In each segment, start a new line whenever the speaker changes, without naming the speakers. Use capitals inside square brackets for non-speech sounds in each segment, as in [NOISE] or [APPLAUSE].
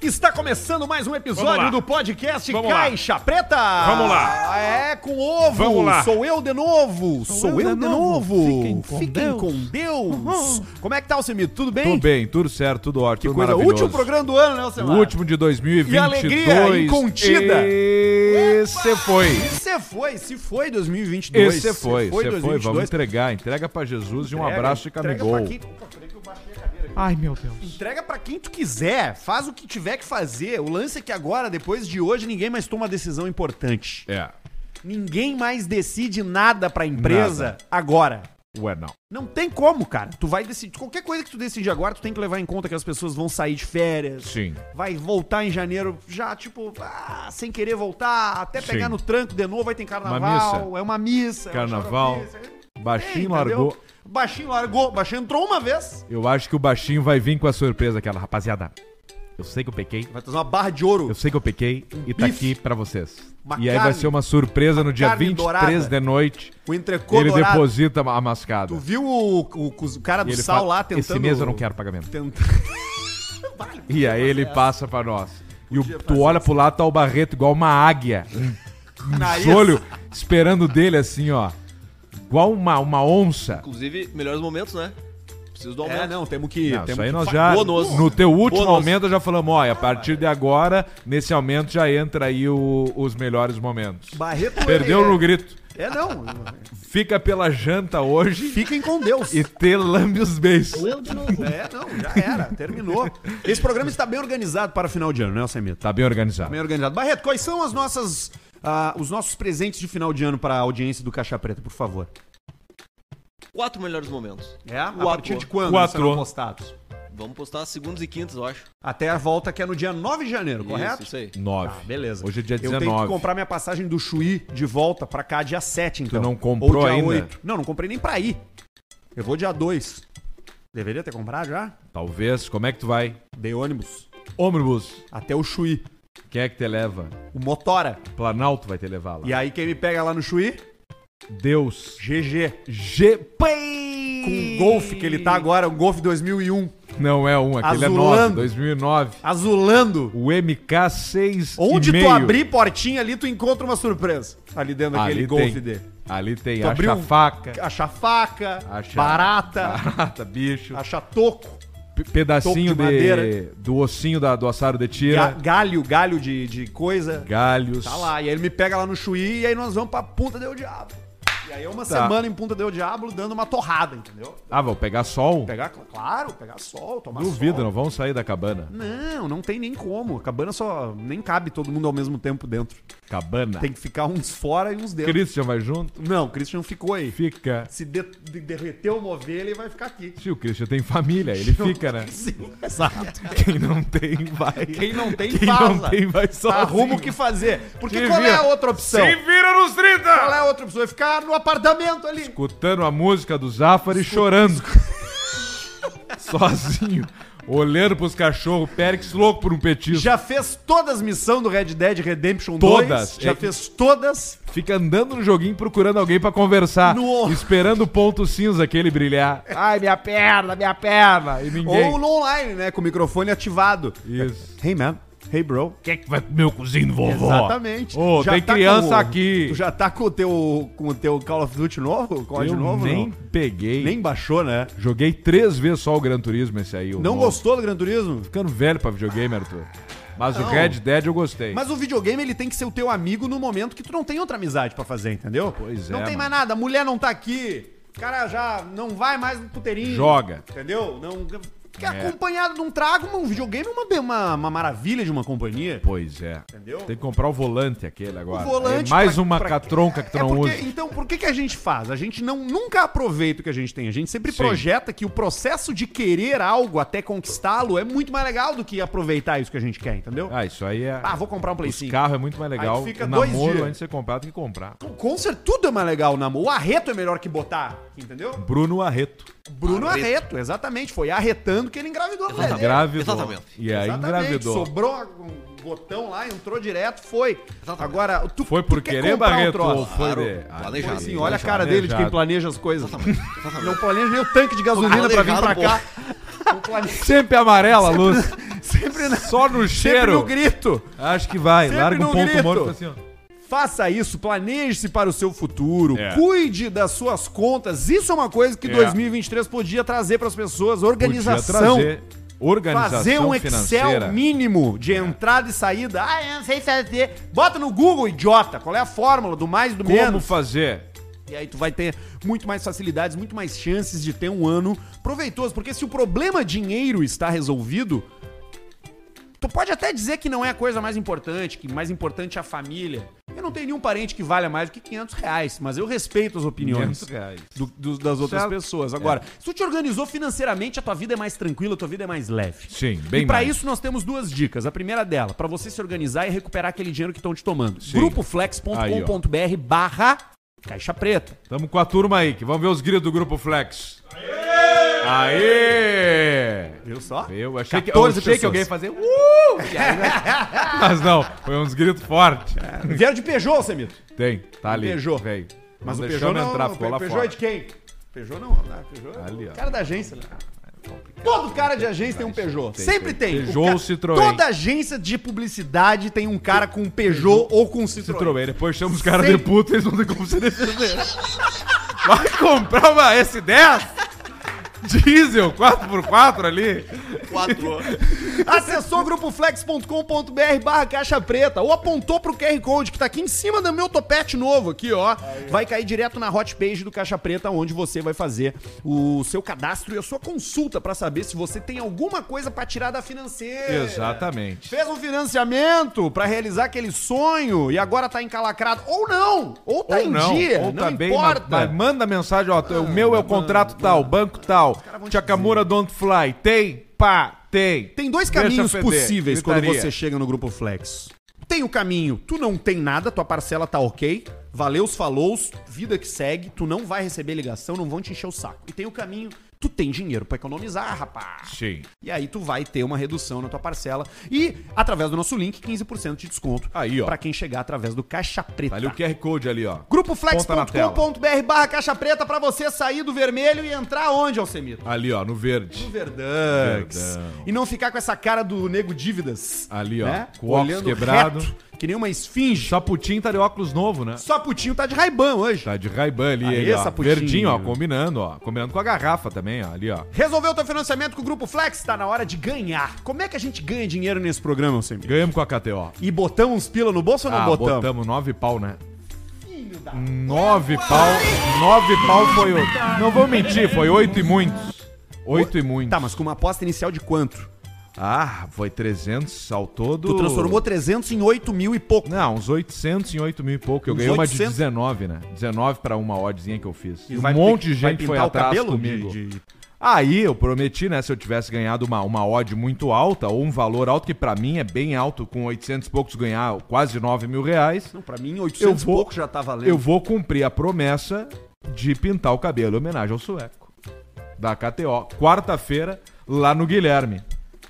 Está começando mais um
Vamos lá.
episódio do podcast
Vamos lá.
Caixa Preta.
Vamos lá.
Ah, É com ovo.
Vamos lá.
Sou eu de novo. Sou, eu, de novo.
Fiquem com Deus.
com Deus. Como é que tá, Alcimito? Tudo bem?
Tudo bem, tudo certo, tudo ótimo.
Que coisa.
maravilhoso.
Último programa do ano, né, Alcimito?
O último de 2022.
E alegria incontida.
Esse foi.
Você foi, se foi 2022.
Esse foi, você foi. Vamos
2022.
entregar. Entrega pra Jesus e um
Entrega,
abraço e
entrega
camigol.
pra quem- Opa, peraí que eu baixei a cadeira aqui.
Ai, meu Deus.
Entrega pra quem tu quiser, faz o que tiver que fazer. O lance é que agora, depois de hoje, ninguém mais toma decisão importante.
É.
Ninguém mais decide nada pra empresa agora.
Ué, não.
Não tem como, cara. Tu vai decidir. Qualquer coisa que tu decide agora, tu tem que levar em conta que as pessoas vão sair de férias.
Sim.
Vai voltar em janeiro já, tipo, ah, sem querer voltar, até pegar
Sim.
no tranco de novo, aí tem carnaval,
missa.
é uma missa. é uma
Carnaval.
xaropice,
Baixinho
entendeu?
largou.
Baixinho largou, baixinho entrou uma vez.
Eu acho que o baixinho vai vir com a surpresa aquela, rapaziada. Eu sei que eu pequei.
Vai trazer uma barra de ouro.
Eu sei que eu pequei e tá
Um bife.
aqui pra vocês.
Uma
e aí vai
carne.
ser uma surpresa no dia
carne
23
dourada.
de noite.
O entrecô
ele
dourado.
deposita a mascada.
Tu viu o, o, o cara
E
do
ele
sal
fala,
lá tentando...
Esse mês eu não quero pagamento.
tentando- [LAUGHS]
E aí ele
é
passa pra nós. E o-
Podia
tu
fazer
olha pro lado, tá o Barreto igual uma [LAUGHS] águia. Um,
Nariz.
um olho esperando dele assim, ó. Igual uma, uma onça.
Inclusive, melhores momentos, né? Preciso do aumento.
É, não, temos que...
Não, isso
temos
aí
que
nós
fa-
já.
Bônus.
No teu último
Bônus.
aumento já falamos, ó, e a partir de agora, nesse aumento já entra aí o- os melhores momentos.
Barreto...
Perdeu no grito.
É, não.
Fica pela janta hoje
Fiquem com Deus.
e te lambe os beijos.
É, não, já era, terminou. Esse programa está bem organizado para o final de ano, né, Alcemito?
Tá bem organizado.
Bem organizado. Barreto, quais são as nossas, ah, os nossos presentes de final de ano para a audiência do Caixa Preta, por favor?
Quatro melhores momentos.
É? A
Quatro.
partir de quando
Quatro.
serão postados?
Vamos postar segundos e quintas, eu acho.
Até a volta que é no dia 9 de janeiro, correto?
Isso, isso aí.
Nove.
Ah, beleza.
Hoje é dia
Eu tenho que
19.
comprar minha passagem do Chuí de volta pra cá dia 7, então.
não comprou
Ou dia
ainda?
Não, não comprei nem pra ir. Eu vou dia 2. Deveria ter comprado já?
Talvez, como é que tu vai?
Dei ônibus
Ônibus,
até o Chuí,
quem é que te leva?
o Motora.
Planalto vai te levar lá.
E aí quem me pega lá no Chuí?
Deus.
GG.
GP!
Com o Golf que ele tá agora, um Golf 2001,
Não é um, aquele é
Azulando.
nove, 2009.
azulando.
O MK6
Onde
e
tu
meio.
abrir portinha ali, tu encontra uma surpresa. Ali dentro daquele
ali
Golf
tem,
dele.
Ali tem
Tu abriu- um-
acha
[LAUGHS]
faca,
Acha faca,
acha
barata,
barata, bicho,
acha toco,
pe- pedacinho
toco de
de,
madeira.
do ossinho da, do assaro de
ga-
tira,
galho, galho de, de coisa.
galhos.
Tá lá, e aí ele me pega lá no Chuí e aí nós vamos pra Punta del Diablo. E aí é uma
Tá.
semana em Punta del Diablo dando uma torrada, entendeu?
Ah, vão pegar sol?
Pegar, cl- claro, pegar sol, tomar
Duvido,
sol.
não vão sair da cabana.
Não, não tem nem como. A cabana só nem cabe todo mundo ao mesmo tempo dentro.
Cabana.
Tem que ficar uns fora e uns dentro.
Christian vai junto?
Não, o Christian ficou aí.
Fica.
Se de- de- derreter uma ovelha, ele vai ficar aqui.
Se o Christian tem família, ele fica, né?
Sim, [LAUGHS]
[LAUGHS]
exato.
Quem não tem, vai.
Quem não tem,
Quem
vaza. Tá,
não tem, vai só. assim.
Arruma o que fazer. Porque
Se
qual é
vira.
a outra opção?
vira nos 30!
Qual é a outra opção? É ficar no apartamento ali.
Escutando a música do Zafari chorando. [LAUGHS] Sozinho. Olhando pros cachorros, Périx louco por um petisco.
Já fez todas as missões do Red Dead Redemption
Todas.
2. Já
É-
fez todas.
Fica andando no joguinho procurando alguém pra conversar.
No-
Esperando o ponto cinza aquele brilhar. Ai, minha perna, minha perna. E ninguém.
Ou no online, né? Com o microfone ativado.
Isso.
Hey, man. Hey, bro.
Quem é que vai pro meu cozinho, vovó?
Exatamente.
Ô,
Já
tem
tá
criança
com o-
aqui.
Tu já tá com o teu, com o teu Call of Duty novo? Código
Eu
novo?
nem
não?
peguei.
nem baixou, né?
Joguei três vezes só o Gran Turismo esse aí. o
Não
novo.
gostou do Gran Turismo?
Ficando velho pra videogame, Arthur. Mas o
Não.
Red Dead eu gostei.
Mas o videogame ele tem que ser o teu amigo no momento que tu não tem outra amizade pra fazer, entendeu?
Pois é,
Não tem mais
mano.
nada, a mulher não tá aqui, o cara já não vai mais no puteirinho.
Joga.
Entendeu? Não fica
É.
acompanhado de um trago, um videogame é uma, uma, uma maravilha de uma companhia.
Pois é.
Entendeu?
Tem que comprar o volante aquele agora.
O volante
É mais
pra-
uma
pra-
catronca que tu
É
não
porque-
usa.
Então, por que, que a gente faz? A gente não, nunca aproveita o que a gente tem. A gente sempre
Sim.
projeta que o processo de querer algo até conquistá-lo é muito mais legal do que aproveitar isso que a gente quer, entendeu?
Ah, isso aí é.
Ah, vou comprar um Play
Os
5.
carros é muito mais legal.
Aí fica
o
dois
namoro,
dias.
antes de ser comprado, tem que comprar.
Com- Com certeza, tudo é mais legal na mão. O arreto é melhor que botar, entendeu?
Bruno Arreto.
Bruno arreto, exatamente. Foi arretando que ele engravidou a mulher dele.
Engravidou.
Exatamente.
E é, aí
É, Exatamente,
engravidou.
Sobrou um botão lá, entrou direto, foi. Agora, tu
Foi por
tu quer
querer,
comprar um
Barreto?
troço.
ou foi
Claro,
de... Ah,
planejado.
Foi
foi
assim,
Planejado,
olha a cara
planejado.
dele de quem planeja as coisas. Não planeja nem o tanque de gasolina pra vir
Tá [LAUGHS] Planejado,
pra
Ah, pô.
cá. Não planeja-
Sempre amarela a luz.
[LAUGHS] Sempre, na,
Só no
sempre no
cheiro.
grito.
Acho que vai.
Sempre
Larga
no
um ponto
grito.
morto e faz assim, ó.
Faça isso, planeje-se para o seu futuro,
É.
cuide das suas contas. Isso é uma coisa que
É.
2023 podia trazer para as pessoas, organização.
Podia trazer Organização
Fazer um
financeira. É.
Excel mínimo de entrada e saída. Ah, eu não sei fazer. Bota no Google, idiota. Qual é a fórmula do mais do
Como
menos?
fazer?
E aí tu vai ter muito mais facilidades, muito mais chances de ter um ano proveitoso. Porque se o problema dinheiro está resolvido, tu pode até dizer que não é a coisa mais importante, que mais importante é a família. Eu não tenho nenhum parente que valha mais do que 500 reais, mas eu respeito as opiniões
500 reais.
do- do- das outras
Certo. É.
pessoas. Agora, se tu te organizou financeiramente, a tua vida é mais tranquila, a tua vida é mais leve.
Sim, bem
E pra
mais.
isso nós temos duas dicas. A primeira dela, pra você se organizar e recuperar aquele dinheiro que estão te tomando. Grupoflex.com.br barra caixa preta.
Tamo com a turma aí, que vamos ver os gritos do Grupo Flex. Aê!
Viu só?
Eu achei, que, eu
14
achei que
pessoas.
alguém ia fazer. Uh! E aí,
[LAUGHS]
né? Mas não, foi uns gritos fortes.
Vieram de Peugeot, Semito.
Tem, tá ali.
Peugeot.
Veio.
Mas
Não
o Peugeot
deixamos
não...
entrar,
o
ficou lá
Peugeot é
fora.
de quem? Peugeot não. né? Peugeot é
Ali, ó. É
o cara da agência. né? Todo cara de agência tem um Peugeot. Sempre tem. O
Peugeot
ca-
ou Citroën?
Toda agência de publicidade tem um cara com um Peugeot ou com um
Se
Citroën.
trovei, depois chama os caras
Sem-
de puta, eles não têm como se defender. Vai comprar uma S10? Diesel 4x4 ali?
Quatro.
Acessou grupoflex.com.br barra caixa preta ou apontou pro QR Code que tá aqui em cima do meu topete novo aqui, ó. Vai cair direto na hot page do Caixa Preta, onde você vai fazer o seu cadastro e a sua consulta pra saber se você tem alguma coisa pra tirar da financeira.
Exatamente.
Fez um financiamento pra realizar aquele sonho e agora tá encalacrado. Ou não! Ou tá em dia,
ou
não
tá bem, mas,
importa.
mas manda mensagem, ó, o meu é o contrato tal, banco tal,
vão te
Chakamura Don't Fly, tem? Pá, tem.
Tem dois
Deixa
caminhos
feder,
possíveis quando
gritaria.
você chega no Grupo Flex. Tem o caminho, tu não tem nada, tua parcela tá ok, valeu os falows, vida que segue, tu não vai receber ligação, não vão te encher o saco. E tem o caminho, tu tem dinheiro pra economizar, rapaz.
Sim.
E aí tu vai ter uma redução na tua parcela e, através do nosso link, 15% de desconto
Aí, ó.
pra quem chegar através do Caixa Preta.
Tá ali o QR Code ali, ó. Ponta na tela.
Grupoflex.com.br barra caixa preta pra você sair do vermelho e entrar onde, Alcemito?
Ali, ó, no verde.
Verdanks.
Verdão.
E não ficar com essa cara do nego dívidas. né?
Ali, ó, com o óculos quebrado.
reto, que nem uma esfinge.
Chaputinho tá de óculos novo, né?
Só putinho tá de raibão hoje.
Tá de Ray-Ban ali,
Aê,
ele, ó.
saputinho.
Verdinho, ó, combinando, ó. Combinando com a garrafa também, ó, ali, ó.
Resolveu o teu financiamento com o Grupo Flex? Tá na hora de ganhar. Como é que a gente ganha dinheiro nesse programa, Alcemir?
Ganhamos com a KTO.
E botamos uns pila no bolso ou não
ah,
botamos?
botamos nove pau, né? Nove pau, nove pau foi o... Não vou mentir, foi oito e muitos. Oito e muitos.
Tá, mas com uma aposta inicial de quanto?
Ah, foi 300 ao todo.
Tu transformou 300 em 8 mil e pouco.
Não, uns 800 em 8 mil e pouco. Eu
Uns
ganhei uma
800?
de 19, né? 19 pra uma oddzinha que eu fiz.
E
um
vai
monte
pi-
de
vai
gente foi
pintar o
atrás
cabelo
comigo.
de- de-
Aí eu prometi, né, se eu tivesse ganhado uma, uma odd muito alta ou um valor alto, que pra mim é bem alto, com 800 e poucos ganhar quase 9 mil reais,
Não, pra mim 800
Eu vou-
e pouco já tá valendo.
eu vou cumprir a promessa de pintar o cabelo em homenagem ao sueco. Da KTO. Quarta-feira, lá no Guilherme.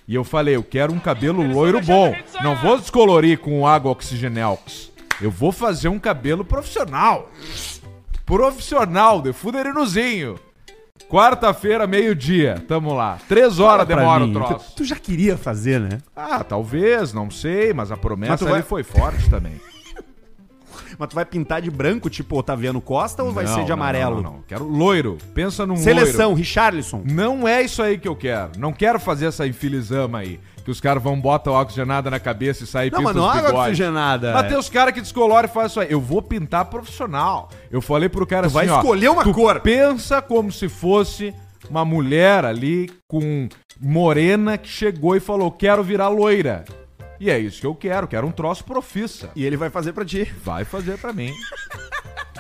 E eu falei, eu quero um cabelo loiro bom. Não vou descolorir com água oxigenelx. Eu vou fazer um cabelo profissional. Profissional, de fuderinozinho. Quarta-feira, meio-dia. Tamo lá. Três horas
Pra
demora
mim,
o troço.
Tu, tu já queria fazer, né?
Ah, talvez, não sei, mas a promessa
Mas tu vai-
ali foi forte também.
Mas tu vai pintar de branco, tipo Otaviano Costa, ou vai
Não,
ser
não,
de
não,
amarelo?
Não, não, Quero loiro. Pensa
Um
num loiro.
Seleção, Richarlison.
Não é isso aí que eu quero. Não quero fazer essa infilizama aí. Que os caras vão botar o oxigenada na cabeça e sair
Não, mas não é água oxigenada.
Mas tem os caras que descolorem e fazem isso aí. Eu vou pintar profissional. Eu falei pro cara
Tu vai
assim, ó,
escolher uma
tu
cor.
pensa como se fosse uma mulher ali com morena que chegou e falou, quero virar loira. E é isso que eu quero, quero um troço profissa.
E ele vai fazer pra ti.
Vai fazer
[LAUGHS]
pra mim.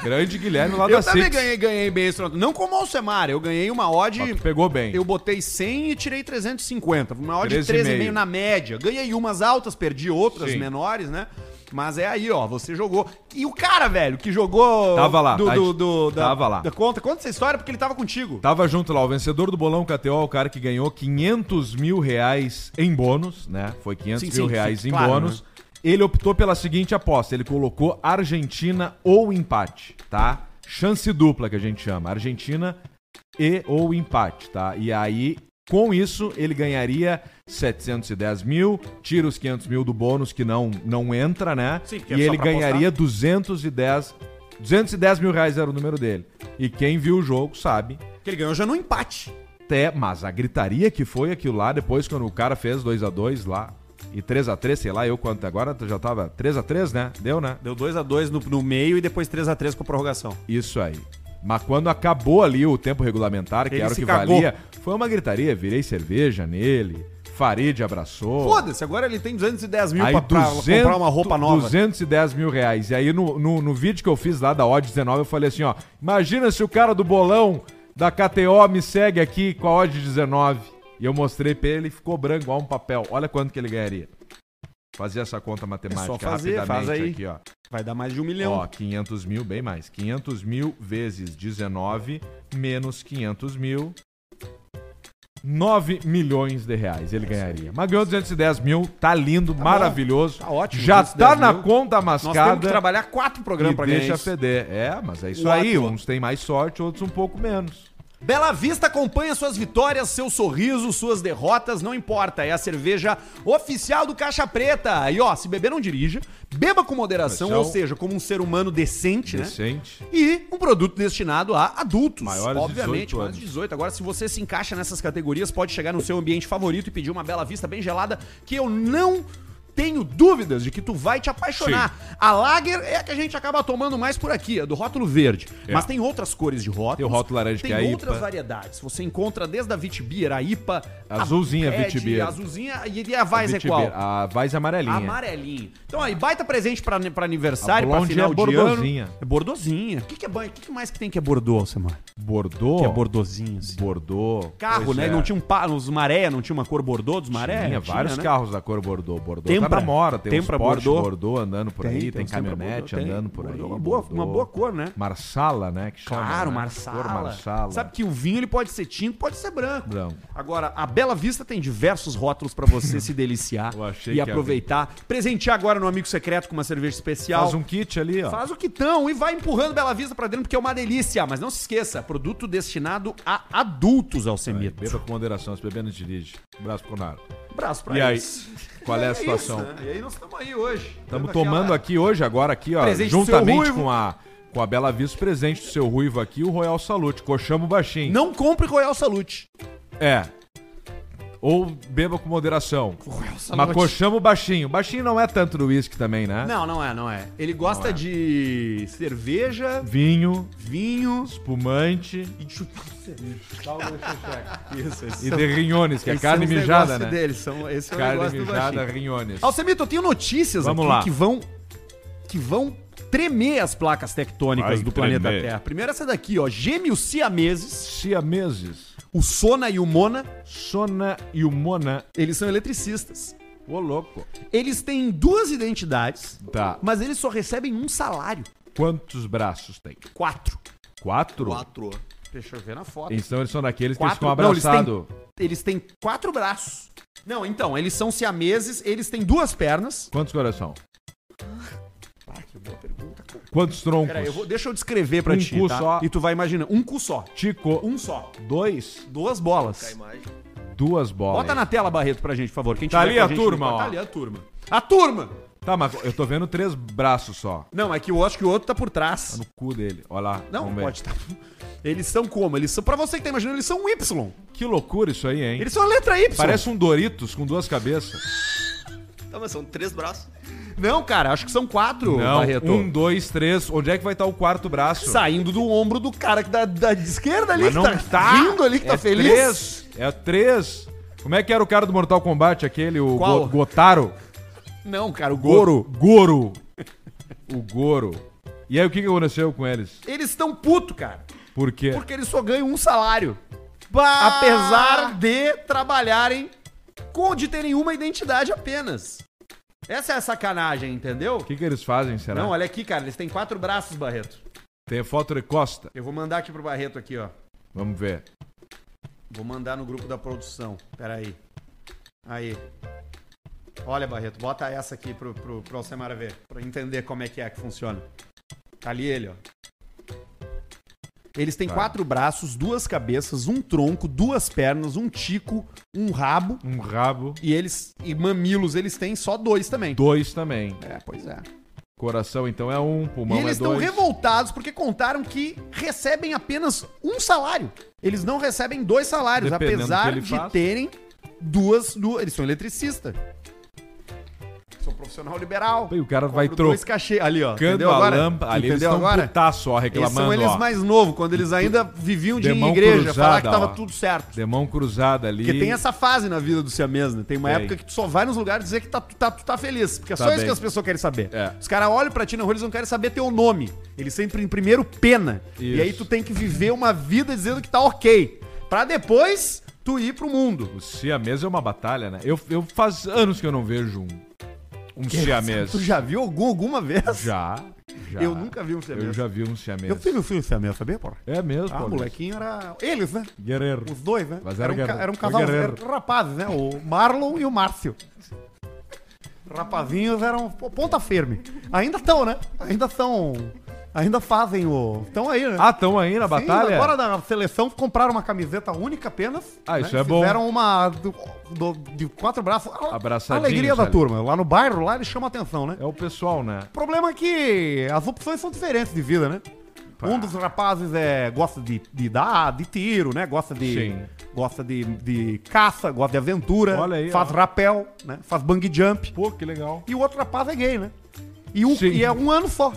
Grande Guilherme lá da
Eu também
Six.
ganhei, ganhei bem esse Não como o Alcemar, eu ganhei uma odd...
Ó, tu pegou bem.
Eu botei 100 e tirei 350. Uma odd de
13,5.
13,5 na média. Ganhei umas altas, perdi outras
Sim.
menores, né? Mas é aí, ó, você jogou. E o cara, velho, que jogou.
Tava lá,
do-
tá-
do- do- da,
tava lá.
Da conta. Conta essa história porque ele tava contigo.
Tava junto lá, o vencedor do bolão KTO, o cara que ganhou 500 mil reais em bônus, né? Foi 500
Sim,
mil
sim,
reais
sim,
em
claro, né?
bônus. Ele optou pela seguinte aposta, ele colocou Argentina ou empate, tá? Chance dupla que a gente chama, Argentina e ou empate, tá? E aí Com isso, ele ganharia 710 mil, tira os 500 mil do bônus que não, não entra, né?
Sim, porque é
e
só
ele
pra
ganharia 210, 210 mil reais era o número dele. E quem viu o jogo sabe
Que ele ganhou já no empate.
até, mas a gritaria que foi aquilo lá, depois quando o cara fez 2 a 2 lá, e 3 a 3 sei lá, eu quanto é agora já tava 3 a 3 né? Deu, né?
Deu 2x2 no, no meio e depois 3x3 com a prorrogação.
Isso aí. Mas quando acabou ali o tempo regulamentar, que
Ele
era o
se
que
cagou.
valia, foi uma gritaria, virei cerveja nele, Farid abraçou.
Foda-se, agora ele tem 210 mil
Aí
pra, pra
200
comprar uma roupa nova.
210 mil reais. E aí no, no, no vídeo que eu fiz lá da Odd 19, eu falei assim, ó. Imagina se o cara do bolão da KTO me segue aqui com a Odd 19. E eu mostrei pra ele, ficou branco, igual um papel. Olha quanto que ele ganharia. Fazer essa conta matemática
É fazer,
rapidamente
faz aí.
aqui, ó.
Vai dar mais de um milhão.
Ó, 500 mil, bem mais. 500 mil vezes 19, menos 500 mil. 9 milhões de reais ele ganharia. Mas ganhou 210 mil, tá lindo, maravilhoso.
tá ótimo,
Já
210
tá na
mil.
conta
Nós
mascada.
temos que trabalhar quatro programas
e
pra ganhar
deixa
isso.
feder. É, mas é isso
O
aí.
ato-
Uns têm mais sorte, outros um pouco menos.
Bela Vista acompanha suas vitórias, seu sorriso, suas derrotas, não importa. É a cerveja oficial do Caixa Preta. E ó, se beber não dirija, beba com moderação,
Moderação.
ou seja, como um ser humano decente, né?
Decente.
E um produto destinado a adultos,
Maiores de
obviamente,
18
mais de 18. Agora, se você se encaixa nessas categorias, pode chegar no seu ambiente favorito e pedir uma bela vista bem gelada, que eu não tenho dúvidas de que tu vai te apaixonar. A Lager é a que a gente acaba tomando mais por aqui, a do rótulo verde.
É.
Mas tem outras cores de rótulo.
Tem o rótulo laranja,
tem
que é a
outras
IPA.
variedades. Você encontra desde a Vitibir, a IPA, a
Azulzinha
Red,
Vitibir.
a azulzinha e a Weiss é
Vitiver-
qual?
A Vaz ah, amarelinha.
Amarelinho. Então aí, baita presente pra, pra aniversário,
A
pra
blonde
final
é
de
bordozinha.
ano. É bordozinha. O que, que é banho? O que, que mais que tem que é bordô, Samar?
Bordô.
Que é bordozinho, assim.
Bordô.
Carro,
Pois
né?
é.
Não tinha um pa... os maré, não tinha uma cor bordô dos maré?
Tinha vários
né?
carros da cor Bordeaux. Bordeaux tá
Tempra.
na moda, tem
Tempra,
uns Porsche
Bordeaux.
Bordeaux. andando por aí, tem,
tem uns Tempra
caminhonete
Bordeaux, tem.
andando por
Bordeaux é
aí.
uma boa- uma boa cor, né?
Marsala, né? Que chama,
Claro,
né?
Marsala.
Cor Marsala.
Sabe que o vinho ele pode ser tinto, pode ser branco.
Branco.
Agora, a Bela Vista tem diversos rótulos pra
[LAUGHS]
você se deliciar
Eu
e
achei que ia vir.
aproveitar. Presentear agora no amigo secreto com uma cerveja especial.
Faz um kit ali, ó.
Faz o quitão e vai empurrando Bela Vista pra dentro, porque é uma delícia. Mas não se esqueça, produto destinado a adultos,
Aí,
Alcemito. Um
Beba com moderação, se beber não dirige. Um Abraço pro Naro.
Abraço pra
E aí,
eles.
qual é a situação?
Isso, né? E aí nós estamos aí hoje.
Estamos
Dando
tomando
aquela-
aqui hoje, agora aqui, ó,
Presente do seu
juntamente
Ruivo.
com a, com a Bela Vista, presente do seu Ruivo aqui, o Royal Salute. Coxamo baixinho.
Não compre Royal Salute.
É. Ou beba com moderação.
Royal Salute.
Mas coxamo baixinho. Baixinho não é tanto do uísque também, né?
Não, não é, não é. Ele gosta de cerveja,
Vinho,
vinho
espumante
e de chutar cerveja.
Isso, isso.
e de rinhones, que é
Esses
carne
são os
mijada,
negócios
né?
um Deles, são, esse é o
Carne
negócio do
mijada,
baixinho.
rinhones.
Alcemito, eu tenho notícias
Vamos
aqui
lá.
que vão que vão tremer as placas tectônicas
Vai
do planeta
tremer.
Terra. Primeiro essa daqui, ó, gêmeos siameses,
Siameses,
o Sona e o Mona,
Sona e o Mona.
eles são eletricistas.
Ô, louco.
Eles têm duas identidades,
Tá.
mas eles só recebem um salário,
Quantos braços tem?
quatro.
Quatro?
Quatro.
Deixa eu ver na foto.
Então eles são daqueles que
Quatro,
eles ficam
não, eles têm-
abraçados.
Eles têm quatro braços. Não, então, eles são siameses, eles têm duas pernas.
Quantos coração?
Ah,
Quantos troncos?
Peraí, eu vou, deixa eu descrever pra
Um
ti,
cu
tá?
só.
E tu vai imaginando. Um cu só.
Tico,
Um só.
dois,
Duas
A
bolas.
imagem.
duas bolas.
Bota na tela, Barreto, pra gente, por favor. Quem
Tá
tiver
ali
com
a
gente
turma,
no-
ó.
Tá ali a turma. A turma!
Tá, mas eu tô vendo três braços só.
Não, é que eu acho que o outro tá por
Tá
trás.
no cu dele. Olha lá.
Não,
vamos ver.
pode estar. [LAUGHS] Eles são como? Eles são. Pra você que tá imaginando, eles são um Y.
Que loucura isso aí, hein?
Eles são a letra Y.
Parece um Doritos com duas cabeças.
Tá, mas são três braços.
Não, cara, acho que são quatro,
Não,
Barreto.
um, dois, três. Onde é que vai estar o quarto braço?
Saindo do ombro do cara que da, da esquerda ali,
Mas não
que tá, rindo ali, que
é
tá feliz.
Três, é três. Como é que era o cara do Mortal Kombat, aquele, o
Qual?
Go- Gotaro?
Não, cara, o Goro.
Goro. Goro. O Goro. E aí, o que que aconteceu com eles?
Eles estão puto, cara.
Por quê?
Porque eles só ganham um salário.
Bah!
Apesar de trabalharem com de terem uma identidade apenas. Essa é a sacanagem, entendeu?
O que que eles fazem, será?
Não, é- olha aqui, cara. Eles têm quatro braços, Barreto.
Tem foto de costa.
Eu vou mandar aqui pro Barreto aqui, ó.
Vamos ver.
Vou mandar no grupo da produção. Pera aí. Aí. Olha, Barreto, bota essa aqui pro, pro, pro Alcemara ver. Pra entender como é que é que funciona. Tá ali ele, ó. Eles têm quatro braços, duas cabeças, um tronco, duas pernas, um tico, um rabo.
Um rabo.
E eles. E mamilos, eles têm só dois também.
Dois também.
É, pois é.
Coração, então, é um. Pulmão
e eles
é
estão
dois.
revoltados porque contaram que recebem apenas um salário. Eles não recebem dois salários,
Dependendo do que
apesar
ele
de
faz.
terem duas, duas. Eles são eletricista. Sou profissional liberal.
E o cara
Compro
vai
dois cachê ali, ó.
trocando a lâmpada. Ali eles
Entendeu
estão
agora?
putaço, ó,
Eles
reclamando,
são eles
ó.
mais novos, quando eles ainda viviam de
de mão
igreja, falar que
cruzada,
tava
ó.
tudo certo.
De mão cruzada ali.
Porque tem essa fase na vida do siamês, né? Tem uma
Tem.
época que tu só vai nos lugares dizer que tá, tu, tá, tu tá feliz. Porque é
Tá
só isso
bem.
que as pessoas querem saber.
É.
Os caras olham pra ti na rua, eles não querem saber teu nome. Eles sempre, em primeiro, pena. E
Isso.
aí tu tem que viver uma vida dizendo que tá ok. Pra depois tu ir pro mundo.
O siamês é uma batalha, né? Eu, eu faz anos que eu não vejo um, um siamês.
Tu já viu algum, alguma vez?
Já, já.
Eu nunca vi um siamês.
Eu já vi um siamês.
Eu fui meu filho siamês, sabia, porra?
É mesmo,
Ah, o
pô.
molequinho era. Eles, né?
Guerreiro.
Os dois, né?
Mas
era,
era
um, ca-
guerreiro.
era um
Foi
casal
guerreiro.
eram rapazes, né? O Marlon e o Márcio. Rapazinhos eram pô, ponta firme. Ainda estão, né? Ainda são. Ainda fazem o. Estão aí, né?
Ah, estão aí na
Sim,
batalha?
Agora da seleção compraram uma camiseta única apenas. né?
Ah, isso é bom.
Fizeram uma do- do- de quatro braços. A-
Abraçadinhos
Alegria da
ali.
turma. Lá no bairro, lá ele chama atenção, né?
É o pessoal, né?
O problema é que as opções são diferentes de vida, né? Um dos rapazes é, gosta de, de dar, de tiro, né? Gosta de.
Sim.
Gosta de, de caça, gosta de aventura,
Olha aí,
faz
ó.
rapel, né? Faz bang jump.
Pô, que legal.
E o outro rapaz é gay, né? E, um,
Sim.
e é um ano só.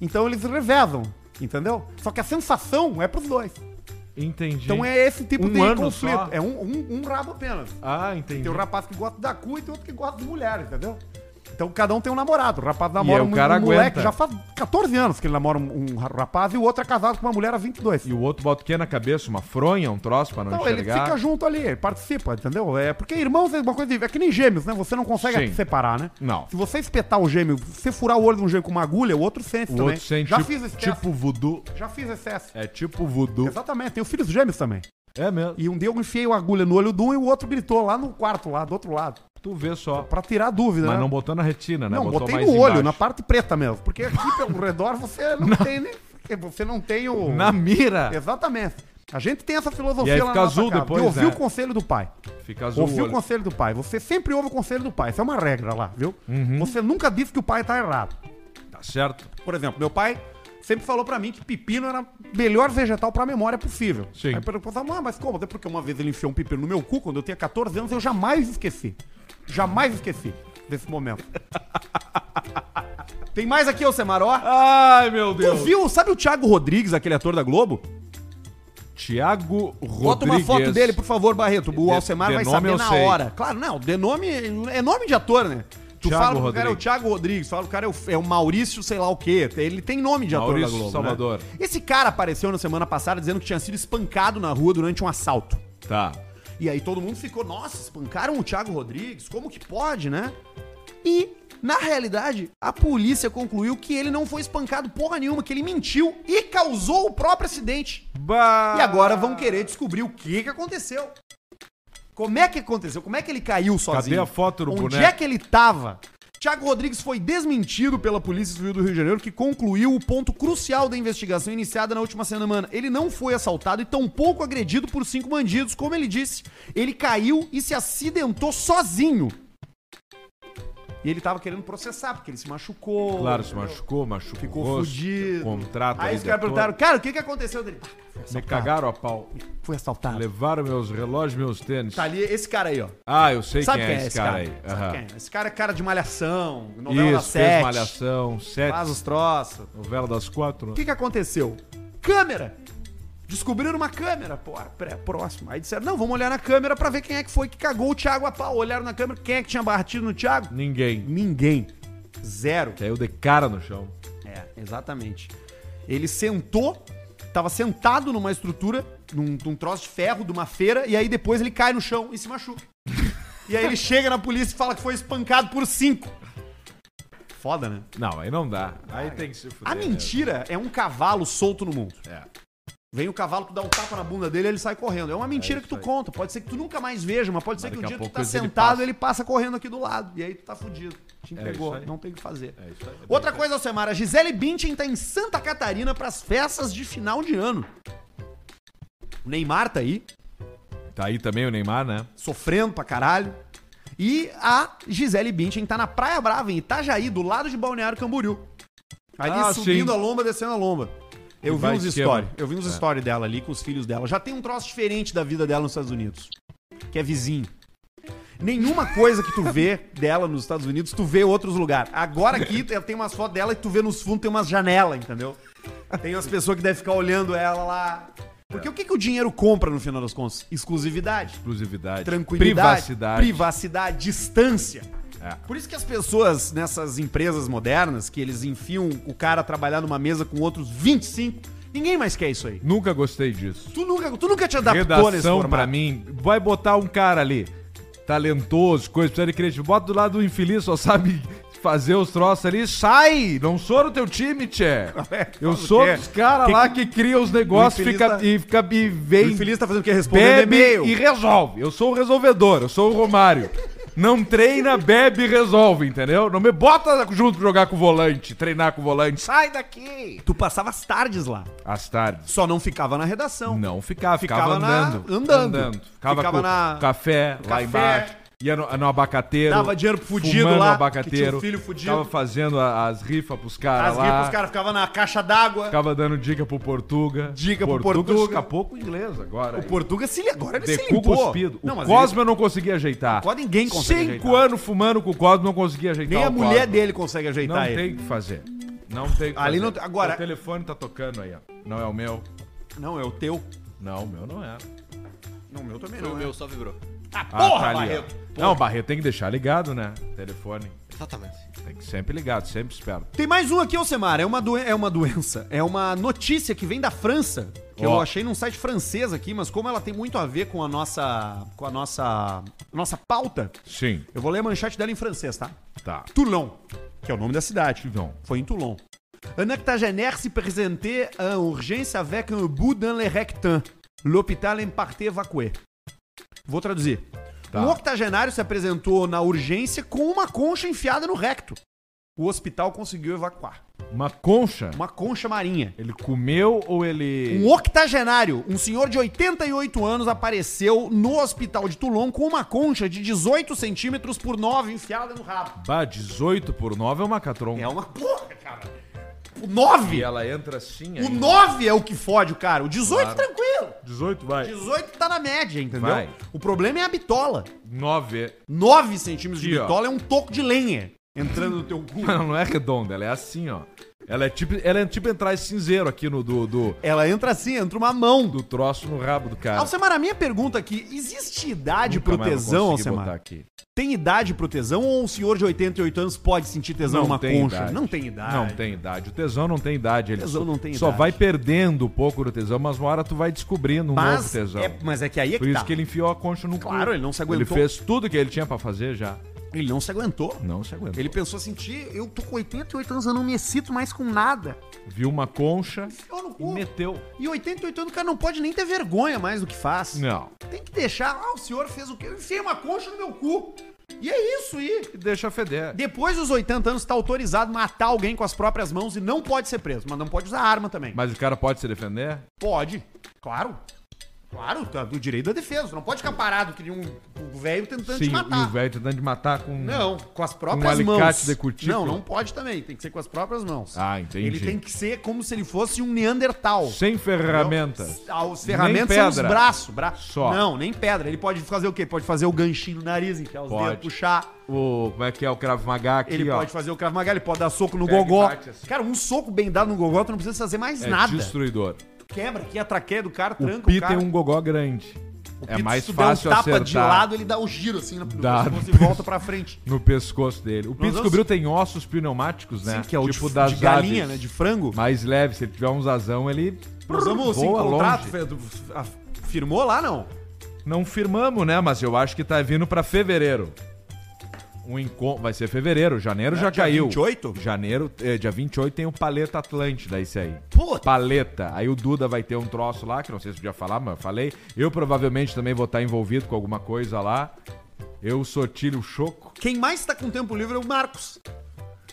Então eles revezam, entendeu? Só que a sensação é pros dois.
Entendi.
Então é esse tipo
Um
de
ano
conflito.
só.
É um, um, um rabo apenas.
Ah, entendi.
Tem um rapaz que gosta da cu e tem outro que gosta de mulher, entendeu? Então cada um tem um namorado. O rapaz
aí
namora
é o
um,
cara
um moleque.
aguenta.
Já faz 14 anos que ele namora um, um ra- rapaz e o outro é casado com uma mulher há 22.
E o outro bota o que na cabeça? Uma fronha, um troço pra não
Então ele
enxergar?
fica junto ali, ele participa, entendeu? É porque irmãos é uma coisa. de- É que nem gêmeos, né? Você não consegue
Sim.
separar, né?
Não.
Se você espetar o gêmeo, se você furar o olho de um gêmeo com uma agulha, o outro sente
O
também.
outro
né?
sente
Já
tipo,
fiz esse teste.
tipo voodoo.
Já fiz esse teste.
É tipo voodoo.
Exatamente, tem os filhos gêmeos também.
É mesmo.
E um dia eu enfiei uma agulha no olho de um e o outro gritou lá no quarto, lá do outro lado.
Tu vê só.
Pra tirar a dúvida,
Mas
né?
não botou na retina, né?
Não,
botou
botei
mais
no olho,
embaixo.
na parte preta mesmo. Porque aqui pelo redor
[LAUGHS]
você não, tem, né? Porque Você não tem o.
Na mira.
Exatamente. A gente tem essa filosofia
E aí
lá
fica
na nossa
azul
casa,
depois,
de ouvir
né?
o conselho do pai.
Fica azul
ouvir
o
o
olho.
conselho do pai. Você sempre ouve o conselho do pai. Isso é uma regra lá, viu?
Uhum.
Você nunca diz que o pai tá errado.
Tá certo?
Por exemplo, meu pai sempre falou pra mim que pepino era o melhor vegetal pra memória possível.
Sim.
Aí eu perguntava, ah, mas como? Até porque uma vez ele enfiou um pepino no meu cu, quando eu tinha 14 anos, eu jamais esqueci. Jamais esqueci desse momento. [LAUGHS] Tem mais aqui, ô Semaró?
Ai, meu
Tu
Deus.
viu, sabe o Thiago Rodrigues, aquele ator da Globo?
Tiago Rodrigues.
Bota uma foto dele, por favor, Barreto. O
De-
Alcemar
de
vai
nome
saber
eu
na
sei.
hora. Claro, não, de nome é nome de ator, né? Tu
Thiago
fala que o cara é o
Rodrigues.
Thiago Rodrigues, fala que o cara é o, é o Maurício, sei lá o quê. Ele tem nome de ator da
Maurício
Globo.
Salvador.
né? Esse cara apareceu na semana passada dizendo que tinha sido espancado na rua durante um assalto.
Tá.
E aí todo mundo ficou, nossa, espancaram o Thiago Rodrigues, como que pode, né? E, na realidade, a polícia concluiu que ele não foi espancado porra nenhuma, que ele mentiu e causou o próprio acidente.
Bah.
E agora vão querer descobrir o que, que aconteceu. Como é que aconteceu? Como é que ele caiu sozinho?
a foto do
Onde
boneco?
é que ele tava? Tiago Rodrigues foi desmentido pela Polícia Civil do Rio de Janeiro, que concluiu o ponto crucial da investigação iniciada na última semana. Ele não foi assaltado e tampouco agredido por cinco bandidos, como ele disse. Ele caiu e se acidentou sozinho. E ele tava querendo processar, porque ele se machucou.
Claro, se machucou, machucou.
Ficou
o rosto,
fudido.
Contrato.
Aí os caras
depois.
perguntaram, cara, o que, que aconteceu dele? "Ah, Foi
Me
assaltado.
cagaram a pau.
Foi assaltado.
Levaram meus relógios, meus tênis.
Tá ali esse cara aí, ó.
Ah, eu sei
Sabe
quem, é esse cara, aí.
Sabe
Aham.
quem é? Esse cara é cara de malhação, novela da
Isso, fez
sete,
Malhação,
faz
sete.
os troços.
Novela das quatro.
O que que aconteceu? Câmera! Descobriram uma câmera, pô, ah, pré, próximo. Aí disseram, não, vamos olhar na câmera pra ver quem é que foi que cagou o Thiago a pau. Olharam na câmera, quem é que tinha batido no Thiago?
Ninguém.
Ninguém. Zero.
Caiu de cara no chão.
É, exatamente. Ele sentou, tava sentado numa estrutura, num, num troço de ferro de uma feira, e aí depois ele cai no chão e se machuca. E [LAUGHS] aí ele chega na polícia e fala que foi espancado por cinco. Foda, né? Ah,
Não, aí não dá. Aí tem que se fuder.
A mentira é um cavalo é solto no mundo.
mesmo. É.
Vem o cavalo, tu dá um tapa na bunda dele ele sai correndo. É uma mentira que tu conta. Pode ser que tu nunca mais veja, mas pode ser
Mas
que um
daqui
dia
a
que tu
pouco
tá
ele
sentado
passa.
ele passa correndo aqui do lado. E aí tu tá fudido. Te entregou.
isso aí.
não tem o que fazer.
é isso aí.
Outra coisa, Alcemar. A Gisele Bündchen tá em Santa Catarina pras festas de final de ano. O Neymar tá aí,
Tá aí também o Neymar, né?
sofrendo pra caralho. E a Gisele Bündchen tá na Praia Brava, em Itajaí, do lado de Balneário Camboriú. Ali
Ah,
subindo
sim.
a lomba, descendo a lomba. Eu
E
vi
vai É.
uns
esquema.
stories. Eu vi uns stories dela ali com os filhos dela. Já tem um troço diferente da vida dela nos Estados Unidos. Que é vizinho. Nenhuma coisa que tu vê dela nos Estados Unidos, tu vê em outros lugares. Agora aqui tem umas fotos dela e tu vê nos fundos, tem umas janelas, entendeu? Tem umas pessoas que devem ficar olhando ela lá. Porque o que, que o dinheiro compra no final das contas? Exclusividade
Exclusividade.
tranquilidade,
Privacidade.
privacidade, distância.
É.
Por isso que as pessoas nessas empresas modernas, que eles enfiam o cara a trabalhar numa mesa com outros 25, ninguém mais quer isso aí.
Nunca gostei disso.
Tu nunca, tu nunca te adaptou nesse
Redação
formato.
pra mim. Vai botar um cara ali, talentoso, coisa precisa de criativo. Bota do lado do infeliz, só sabe fazer os troços ali. Sai! Não sou do teu time, tchê.
é
Eu sou
quê?
dos caras
Que
lá que criam os negócios
infeliz
fica,
tá-
e fica e
O
vem.
infeliz tá fazendo o quê? Respondendo
bebe
e-mail.
e resolve. Eu sou o resolvedor, eu sou o Romário. Não treina, bebe e resolve, entendeu? Não me bota junto pra jogar com o volante, treinar com o volante. Sai daqui!
Tu passava as tardes lá,
Às tardes.
só não ficava na redação.
Não ficava, ficava,
Ficava na-
andando,
andando.
Ficava,
Ficava
com
na-
café, lá
café.
embaixo. Ia no, no abacateiro.
Dava dinheiro pro fudido
fumando
lá,
no
que tinha
abacateiro.
um filho fudido.
Tava fazendo a- as rifas pros
As
caras lá.
ricas, os caras ficavam na caixa d'água.
Ficava dando dica pro Portuga.
Dica pro Portuga.
Daqui a pouco inglês agora.
O
aí.
Portuga se li- agora ele
De
se
cu
limpou.
cuspido. O
Não, mas
Cosmo eu não conseguia ajeitar.
Cosmo ninguém consegue
Cinco
ajeitar.
anos fumando com o Cosmo não conseguia
ele-
ajeitar
nem a
tá o
mulher
Cosmo.
dele consegue
Não
ajeitar ele.
tem o que fazer. Não tem o que
Ali
fazer.
não tem- agora-
O telefone tá tocando aí, ó. Não é o meu.
Não, é o teu.
Não, o meu não é.
Não, o meu também
Foi o
não. é.
meu, só vibrou.
Ah,
Ah,
porra,
tá ali, ó.
Barreto.
Não, o Barreto tem que deixar ligado, né? Telefone.
Exatamente.
Tem que sempre ligado, sempre esperto.
Tem mais um aqui, Alcemar. É uma, doen- é uma doença. É uma notícia que vem da França. Que eu
Ó.
achei num site francês aqui, mas como ela tem muito a ver com a nossa. com a nossa. nossa pauta,
Sim,
eu vou ler a manchete dela em francês, tá?
tá.
Toulon, que é o nome da cidade.
Toulon.
Foi em Toulon. Un octogénaire se présentait en urgence avec un bout dans le rectin. L'hôpital en partie évacué. Vou traduzir.
Tá.
Um octogenário se apresentou na urgência com uma concha enfiada no recto. O hospital conseguiu evacuar.
Uma concha.
Uma concha marinha.
Ele comeu ou ele.
Um octogenário, um senhor de 88 anos, apareceu no hospital de Toulon com uma concha de 18 centímetros por 9 enfiada no rabo.
Bah, 18 por 9 é uma catronca.
É uma porra, cara. O
E
9!
ela entra assim aí.
O 9 é o que fode o cara. O 18
Claro.
tranquilo.
18 vai.
18 tá na média, entendeu?
Vai.
O problema é a bitola.
9.
9 centímetros de
Aqui, ó.
bitola é um toco de lenha entrando no teu cu.
[LAUGHS] Ela [LAUGHS] não é redonda, ela é assim, ó. Ela é tipo, ela é tipo entrar esse cinzeiro aqui no do, do,
Ela entra assim, entra uma mão do
do troço no rabo do cara.
Alcemar, a minha pergunta aqui, existe idade
Nunca
pro
mais vou
tesão,
conseguir botar
Alcemar?
aqui.
Tem idade pro tesão ou um senhor de 88 anos pode sentir tesão
Não
numa
tem
concha?
idade.
Não tem idade.
Não tem idade. O tesão não tem idade. Ele
Tesão
só-
não tem
Só
idade.
vai perdendo um pouco do tesão, mas uma hora tu vai descobrindo um novo
Mas
tesão.
é, mas é que aí é
Por
que
isso
tá.
que ele enfiou a concha no cu.
Claro, ele não se
Ele
aguentou.
fez tudo que ele tinha pra fazer já.
Ele não se aguentou.
Não se aguentou.
Ele pensou assim, tio, eu tô com 88 anos, eu não me excito mais com nada.
Viu uma concha
Enfiou no
e
cu.
meteu.
E 88 anos o cara não pode nem ter vergonha mais do que faz.
Não.
Tem que deixar, ah, o senhor fez o quê? Eu enfiei uma concha no meu cu. E é isso aí.
E deixa feder.
Depois dos 80 anos, tá autorizado matar alguém com as próprias mãos e não pode ser preso. Mas não pode usar arma também.
Mas o cara pode se defender?
Pode, claro. Claro, tá do direito da defesa. Tu Não pode ficar parado que nem um um velho tentando te
Sim, e o
matar.
velho tentando te matar com. um
Não, com as próprias
alicate
mãos.
de cutícula.
Não, não pode também. Tem que ser com as próprias mãos.
Ah, entendi.
Ele tem que ser como se ele fosse um Neandertal.
Sem ferramentas.
As ferramentas
Nem
são os
pedra.
braços. Bra...
Só.
Não, nem pedra. Ele pode fazer o quê? Pode fazer o ganchinho no nariz, enfiar os
Pode.
dedos, puxar.
O, como é que é o Krav Maga aqui,
Ele
ó?
pode fazer o Krav Maga, ele pode dar soco no
Pega e
gogó.
bate assim.
Cara, um soco bem dado no gogó, tu não precisa fazer mais
é
nada.
destruidor.
Quebra aqui a traqueia do cara,
O
tranca o,
Pi
cara.
tem um gogó grande. é
Pito,
mais
se tu der um
fácil
tapa
acertar
de lado, ele dá um giro assim no
Dá.
pescoço e volta pra frente.
no pescoço dele. O Pi
vamos-
descobriu que tem ossos pneumáticos, né?
Sim, que é o
tipo
de,
das
de galinha,
aves.
né? De frango.
Mais leve, se ele tiver uns azão, ele
Nós vamos assim, sim,
voa
contrato,
longe.
Fê, do- f- a- firmou lá, não?
Não firmamos, né? Mas eu acho que tá vindo pra fevereiro. Um um encontro. Vai ser fevereiro, janeiro
É,
já
dia
caiu.
28?
Janeiro, é, dia 28 tem o Paleta Atlântida, esse aí.
Putz.
Paleta. Aí o Duda vai ter um troço lá, que não sei se podia falar, mas eu falei. Eu provavelmente também vou estar envolvido com alguma coisa lá. Eu sou Tílio Choco.
Quem mais tá com tempo livre é o Marcos.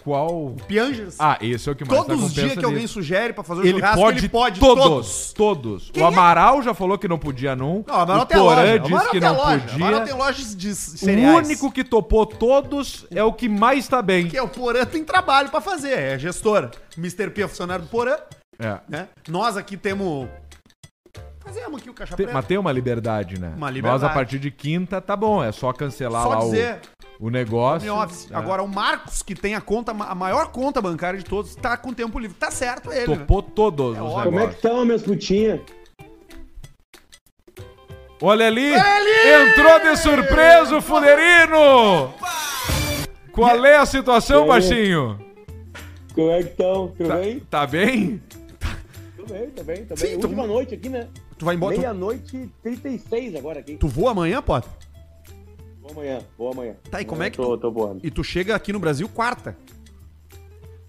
Qual.
Pianges.
Ah, esse é o que mais
todos
tá
os
com
dias
pensa
que alguém
nisso.
sugere pra fazer um
Ele
churrasco,
pode,
ele pode
todos, todos.
Quem
o
é?
Amaral já falou que não podia num.
Não, agora
o
tem a loja.
Porã
Agora
disse que
tem a
não
loja. Agora tem
podia.
lojas de
O
cereais.
único que topou todos é o que mais tá bem.
que é o Porã tem trabalho pra fazer. É gestora. Mr. P é funcionário do Porã,
É.
né? Nós aqui temos... Fazemos aqui o caixa
Tem-
preta.
mas tem uma liberdade, né?
Uma liberdade.
Nós, a partir de quinta, tá bom. É só cancelar
Só
lá
dizer.
o, o negócio.
Home office.
É.
Agora, o Marcos, que tem a conta, a maior conta bancária de todos, tá com tempo livre. Tá certo ele, né?
Topou todos os
óbvio.
Como é que
negócios.
estão, meus putinhas?
Olha ali! Entrou de surpresa o Fulerino! Qual é a situação, baixinho?
Como é que estão? Tudo bem?
Tá bem?
Tudo bem, tudo bem, tudo
Sim,
bem.
tô- um-
Última noite aqui, né?
Tu vai embora... Tu,
Meia-noite e 36 agora aqui.
tu voa amanhã, Potter?
Vou amanhã, vou amanhã.
Tá, e como
Amanhã
é que
Tô, tô voando.
E tu chega aqui no Brasil quarta.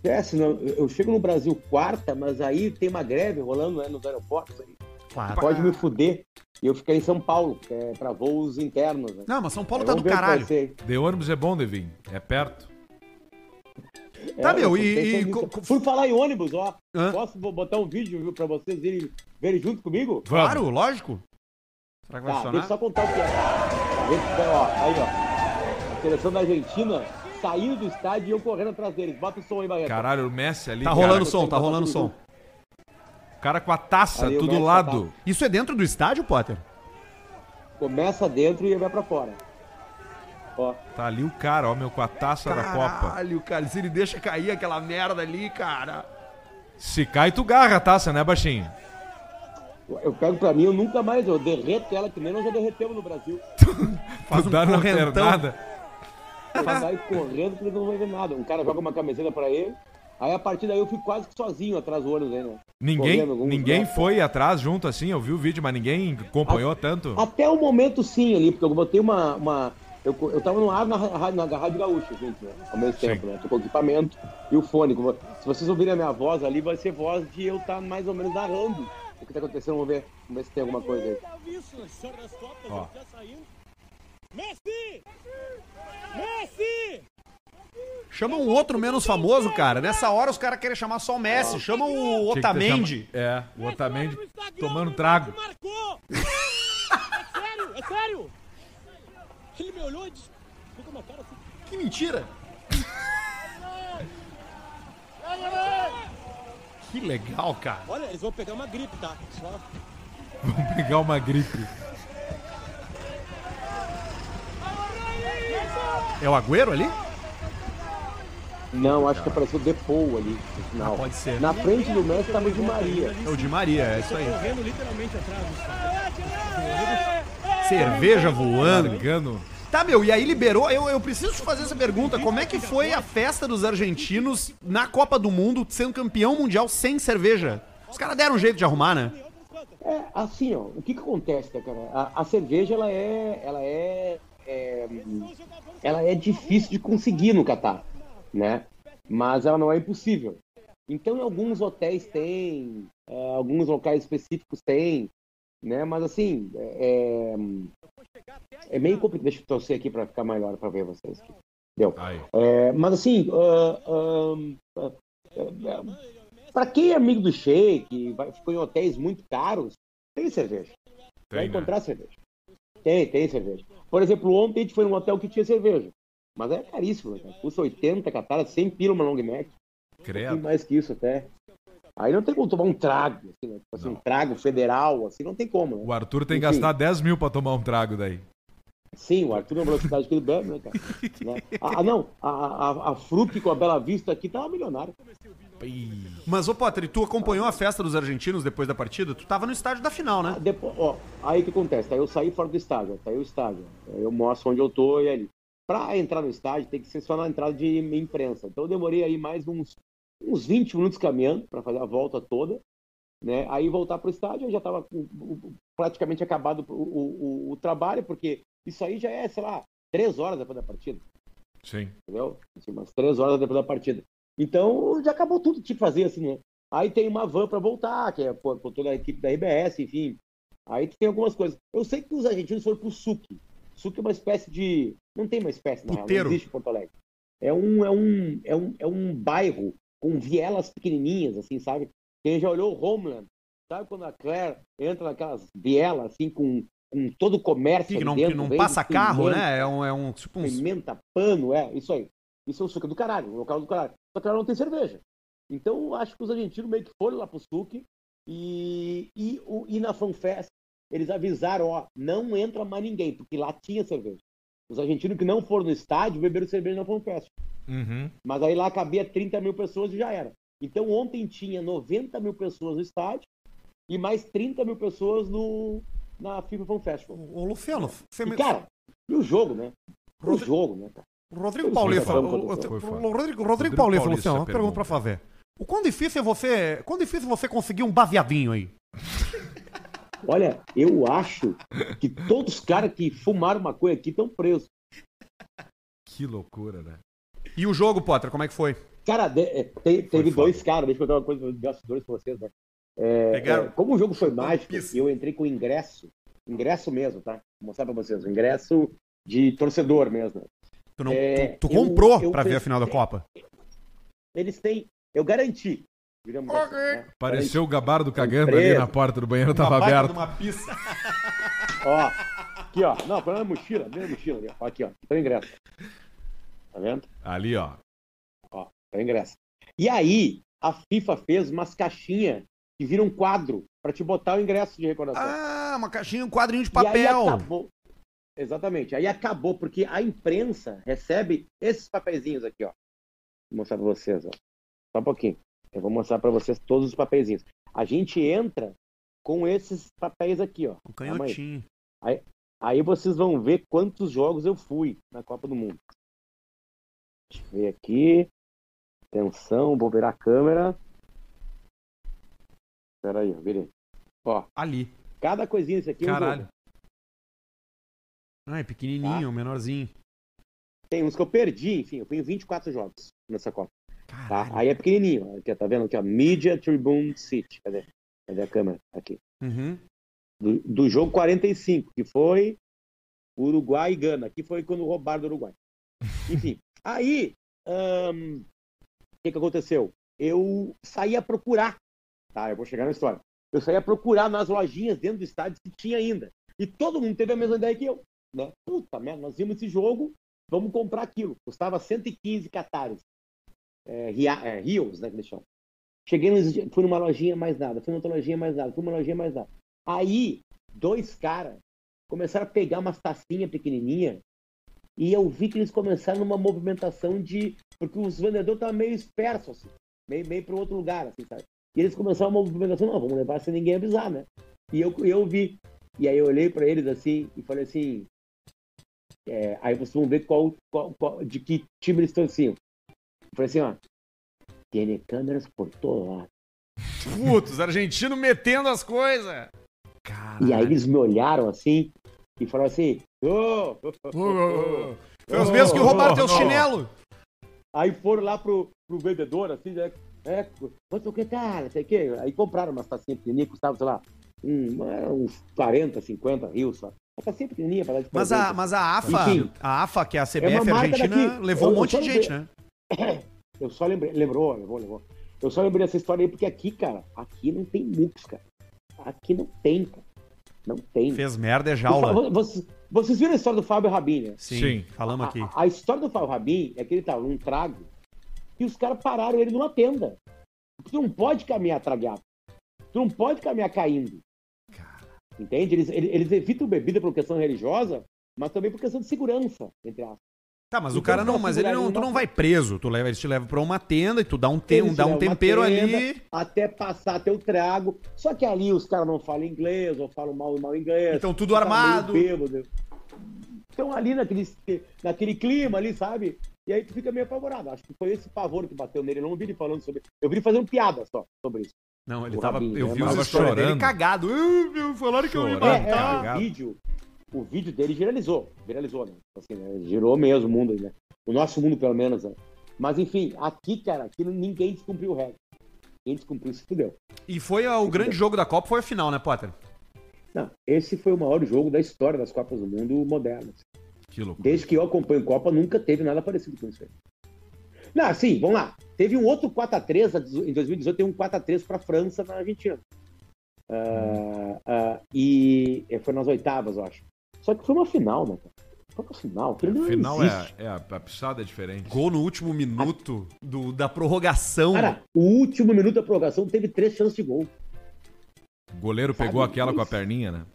É, senão, eu eu chego no Brasil quarta, mas aí tem uma greve rolando né, nos aeroportos. Aí.
Claro.
Pode me fuder. E eu ficar em São Paulo, que é pra voos internos, né?
Não, mas São Paulo
Aí
tá
vamos
do
ver o que vai
caralho.
ser.
De ônibus é bom, Devin. É perto.
Tá,
É,
meu,
eu
e-
pensei
e
nisso.
co- co-
Por falar em ônibus, ó.
Hã?
Posso bo- botar um vídeo viu, pra vocês irem, verem junto comigo?
Vamos.
Claro, lógico. Será que vai
Tá, deixa eu
funcionar?
só contar o que é. Esse, ó, aí, ó. A seleção da Argentina saiu do estádio e eu correndo atrás deles. Bota o som aí, Barreto.
Caralho, o Messi ali.
Tá
cara.
rolando som, tá rolando som.
O cara com a taça,
Ali, o
tudo
Messi tá.
lado.
Isso é dentro do estádio, Potter?
Começa dentro e vai pra fora. Ó,
Tá. ali o cara, ó, meu, com a taça da Copa.
Caralho, cara. Se ele deixa cair aquela merda ali, cara.
Se cai, tu garra a taça, né, baixinho?
eu pego pra mim, eu nunca mais, eu derreto ela, que nem nós já derretemos no Brasil.
Faz
tu
um
dá na
correntão.
pernada.
Ele vai correndo que ele não vai ver nada. Um cara joga uma camiseta pra ele, aí a partir daí eu fico quase que sozinho atrás do ônibus aí, né?
Ninguém,
Correndo, alguns
ninguém
metros.
foi atrás junto assim, eu vi o vídeo, mas ninguém
Ah,
acompanhou tanto.
Até o momento sim ali, porque eu botei uma. uma eu, co- eu tava no ar na, ra- na, na Rádio Gaúcha, gente, né? Ao mesmo tempo, né? Tô com o equipamento e o fone. Como- Se vocês ouvirem a minha voz ali, vai ser voz de eu estar mais ou menos narrando o que tá acontecendo. Vamos ver, vamos ver se tem alguma coisa aí.
Ó.
Chama um outro menos famoso, cara. Nessa hora os caras querem chamar só o Messi. Chama o
Tinha que ter
Otamendi.
chama- É, o Otamendi tomando trago. [LAUGHS]
Marcou! [LAUGHS] é sério, é sério! Ele me olhou e disse. Ficou com uma cara assim.
Que mentira. Que legal, cara.
Olha, eles vão pegar uma gripe, tá? Só-
Vamos pegar uma gripe.
É o Agüero ali?
Não, acho que apareceu Depou ali no final.
Ah, pode ser.
Na frente do Messi tava o Di Maria.
É o Di Maria, é isso aí.
Correndo literalmente atrás dos caras.
Cerveja voando.
Largando.
Tá, meu, e aí liberou. Eu, eu preciso te fazer essa pergunta. Como é que foi a festa dos argentinos na Copa do Mundo, sendo campeão mundial sem cerveja? Os caras deram um jeito de arrumar, né?
É, assim, ó, o que que acontece, né, cara? A, a cerveja, ela é, ela é, é, ela é difícil de conseguir no Catar, né? Mas ela não é impossível. Então, em alguns hotéis tem, é, alguns locais específicos tem, né? Mas assim, é, é, é meio complicado. Deixa eu torcer aqui para ficar melhor para ver vocês. aqui. Deu.
Aí.
É, mas assim, para quem é amigo do Sheik, vai, ficou em hotéis muito caros, tem cerveja.
Tem,
vai
né?
encontrar cerveja. Tem, tem cerveja. Por exemplo, ontem a gente foi num hotel que tinha cerveja. Mas é caríssimo, né, cara? Custa 80 cataras, 100 pila uma long neck. Tem
Credo.
mais que isso até. Aí não tem como tomar um trago, assim, né? Tipo assim, um trago federal, assim, não tem como, né?
O Arthur tem que
Enfim.
gastar 10 mil pra tomar um trago daí.
Sim, o Arthur é uma velocidade que ele
[LAUGHS]
bebe, né, cara? Né? Ah, não, a, a, a Fruc com a Bela Vista aqui tava milionária.
Mas, ô Potter, e tu acompanhou a festa dos argentinos depois da partida? Tu tava no estádio da final, né?
Depois, Ah, ó, aí o que acontece? Tá? Eu saí fora do estádio, tá aí o estádio. Eu mostro onde eu tô e é ali. Pra entrar no estádio tem que ser só na entrada de imprensa. Então eu demorei aí mais uns, uns 20 minutos caminhando pra fazer a volta toda, né? Aí voltar pro estádio, eu já tava com- o- o- praticamente acabado o, o- o- o trabalho, porque isso aí já é, sei lá, três horas depois da partida.
Sim.
entendeu? Assim, umas três horas depois da partida. Então já acabou tudo que tinha que fazer, assim, né? Aí tem uma van para voltar, que é por, por toda a equipe da RBS, enfim. Aí tem algumas coisas. Eu sei que os argentinos foram pro SUC. SUC é uma espécie de. Não tem uma espécie, na real, não
Puteiro.
existe em Porto Alegre. É um, é um, é um, é um bairro com vielas pequenininhas, assim, sabe? Quem já olhou Homeland, sabe quando a Claire entra naquelas vielas, assim, com, com todo o comércio.
Que
ali
não, que
dentro,
não
vende
passa carro,
cimento,
né? É um, é um tipo um.
Pimenta, pano, é, isso aí. Isso é o suco do caralho, o local do caralho. Só que ela não tem cerveja. Então, eu acho que os argentinos meio que foram lá pro suco e, e, o- e na FanFest eles avisaram, ó, não entra mais ninguém, porque lá tinha cerveja. Os argentinos que não foram no estádio beberam cerveja na FanFest.
Uhum.
Mas aí lá cabia 30 mil pessoas e já era. Então, ontem tinha 90 mil pessoas no estádio e mais 30 mil pessoas no, na FIFA Fan Festival.
Ô, Luciano, você
E, cara, e o jogo, né? O
Rodri-
jogo, né, cara?
Rodrigo
Foi
Paulista,
foda,
o-
foi
o-
foda.
o-
Foi
o-
foda.
Rodrigo, Rodrigo
Rodrigo
Paulista,
Paulista, é
Luciano, uma pergunta
pergunta.
pra fazer. O quão difícil é você, quão difícil é você conseguir um baseadinho aí?
Olha, eu acho que todos os caras que fumaram maconha aqui estão presos.
Que loucura, né?
E o jogo, Potter, como é que foi?
Cara, de- é, te- teve
foda.
dois caras, deixa eu contar uma coisa dos bastidores pra vocês, né? É,
Pegaram-
é, como o jogo foi mágico,
pista.
eu entrei com ingresso, ingresso mesmo, tá? Vou mostrar pra vocês, o ingresso de torcedor mesmo.
Tu, não,
É,
tu, tu
eu-
comprou
eu
pra ver a
pensei-
final da Copa?
Eles têm, eu garanti, digamos assim, né?
Pareceu o gabar do cagando
Surpresa.
ali na porta do banheiro, tava
Uma baita de
aberto.
uma pista.
Ó, aqui ó, não, põe na mochila, põe na mochila, ali, ó. aqui ó, tem o ingresso. Tá vendo?
Ali, ó.
É o ingresso. E aí, a FIFA fez umas caixinhas que viram um quadro pra te botar o ingresso de recordação.
[LAUGHS] Ah, uma caixinha, um quadrinho de
E aí
papel.
acabou. Exatamente. Aí acabou, porque a imprensa recebe esses papeizinhos aqui, ó. Vou mostrar pra vocês, ó. Só um pouquinho. Eu vou mostrar pra vocês todos os papeizinhos. A gente entra com esses papéis aqui, ó.
Um
Calma aí.
canhotinho.
Aí vocês vão ver quantos jogos eu fui na Copa do Mundo. Deixa eu ver aqui. Atenção, vou virar a câmera. Pera aí, eu virei. Ó,
Ali.
cada coisinha isso aqui é um
Caralho.
jogo.
Ah, é
Tá.
pequenininho, menorzinho.
Tem uns que eu perdi, enfim, eu tenho 24 jogos nessa Copa. Tá?
Caralho.
Aí é pequenininho, ó, aqui, ó, tá vendo aqui, ó, Media Tribune City. Cadê? Cadê a câmera? Aqui.
Uhum.
Do, do jogo 45, que foi Uruguai e Gana, que foi quando roubaram do Uruguai. Enfim, aí, ahn, o que, que aconteceu? Eu saí a procurar, tá? Eu vou chegar na história. Eu saí a procurar nas lojinhas dentro do estádio se tinha ainda. E todo mundo teve a mesma ideia que eu, né? Puta merda, nós vimos esse jogo, vamos comprar aquilo. Custava 115 catares. É, ria- é, rios, né, que eles chamam. Cheguei, nos, fui numa lojinha, mais nada. Fui numa outra lojinha, mais nada. Fui numa lojinha, mais nada. Aí, dois caras começaram a pegar umas tacinhas pequenininha e eu vi que eles começaram numa movimentação de... Porque os vendedores estavam meio dispersos, assim. Meio, meio para outro lugar, assim, sabe? E eles começaram uma movimentação, não, vamos levar sem ninguém avisar, né? E eu, eu vi. E aí eu olhei para eles, assim, e falei assim... é, aí vocês vão ver qual, qual, qual- de que time eles torciam. Eu falei assim, ó... Tiene câmeras por todo lado.
Putz, argentino metendo as coisas.
E aí eles me olharam assim e falaram assim: "Ô,
Foi os mesmos que roubaram
Oh,
teus
não.
chinelos.
Aí foram lá pro, pro vendedor, assim, né? É, quanto que cara, sei o quê. Aí compraram umas tacinhas pequenininhas, custava, sei lá, um, era uns 40, 50 rios, só. Uma tacinha pequenininha pra dar de
Mas
presente.
a, mas a AFA,
Enfim.
a AFA, que é a CBF
É uma marca
Argentina,
daqui.
levou um
Eu- eu
monte
só
de
não
gente,
vi.
né?
Eu só lembrei, lembrou, levou, levou. Eu só lembrei dessa história aí porque aqui, cara, aqui não tem mux, cara. Aqui não tem, cara. Não tem.
Fez merda, é
Por
jaula.
favor, Vocês, vocês viram a história do Fábio Rabin, né?
Sim,
Sim.
falamos aqui.
A, a história do Fábio Rabin é que ele tava num trago e os caras pararam ele numa tenda. Porque tu não pode caminhar tragueado. Tu não pode caminhar caindo. Entende? Eles, ele- eles evitam bebida por questão religiosa, mas também por questão de segurança, entre aspas.
Tá, mas o
Então,
cara não,
pra
mas ele
segurar
não,
ele
tu
não-
não vai preso, tu leva, eles te levam pra uma tenda e tu dá um, te,
Eles
dá um
levam é uma
tempero ali.
tenda, Até passar teu trago. Só que ali os caras não falam inglês, ou falam mal, mal inglês.
Então tudo
tá meio
armado.
bêbado. Então ali naquele, naquele clima ali, sabe? E aí tu fica meio apavorado. Acho que foi esse pavor que bateu nele. Eu não vi ele falando sobre. Eu vi ele fazendo piada só sobre isso.
Não, ele
O
tava.
Rabinho,
Eu
né?
vi
Tava
os stories dele
chorando.
cagado. Ah, meu, Falaram que eu ia
Chorando.
É,
matar.
é,
cagado.
vídeo. o vídeo dele viralizou. Viralizou, né? Assim, né? Girou mesmo o mundo, né? O nosso mundo, pelo menos, né? Mas, enfim, aqui, cara, aqui ninguém descumpriu o regra. Quem descumpriu se fudeu.
E foi ah, o grande jogo da Copa, foi a final, né, Potter?
Não, esse foi o maior jogo da história das Copas do Mundo modernas.
Que louco.
Desde que eu acompanho Copa, nunca teve nada parecido com isso aí. Não, sim, vamos lá. Teve um outro 4x3, em 2018 teve um 4x3 para a França na Argentina.
Hum.
Ah, ah, e é, foi nas oitavas, eu acho. Só que foi uma final, né? cara? Foi uma final. Aquilo não
Final
existe.
é, é a, a pisada é diferente.
Gol no último minuto do, da prorrogação.
Cara, o último minuto da prorrogação teve três chances de gol.
O goleiro
Sabe
pegou aquela com a
isso?
perninha, né?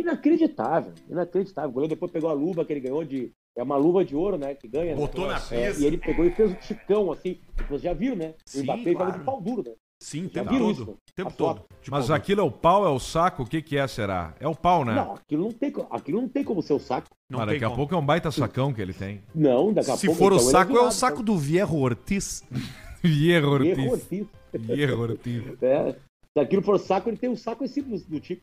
Inacreditável, inacreditável. O goleiro depois pegou a luva que ele ganhou de. É uma luva de ouro, né? Que ganha. né?
botou na
É,
pista.
e ele pegou e fez um ticão, assim. Vocês já viram, né?
Sim,
o Mbappé
claro.
tava de pau duro, né?
Sim, o
Já
tempo
viram
todo.
isso?
O tempo
A
todo. Tipo, De
Mas
bola.
aquilo é o pau, é o saco? O que que é, será? É o pau, né?
Não, aquilo não, tem, co- aquilo não tem como ser o saco.
Não
Mas
tem
daqui a
como.
pouco é um baita sacão que ele
[LAUGHS]
tem.
Não, daqui a
Se
pouco.
for o
então, ele
saco, é o
virado,
saco do Vierro Ortiz.
Hierro
então, Errou,
Ortiz.
assim, [LAUGHS]
Hierro Ortiz.
né? Se aquilo for saco, ele tem o saco em cima do, do tico.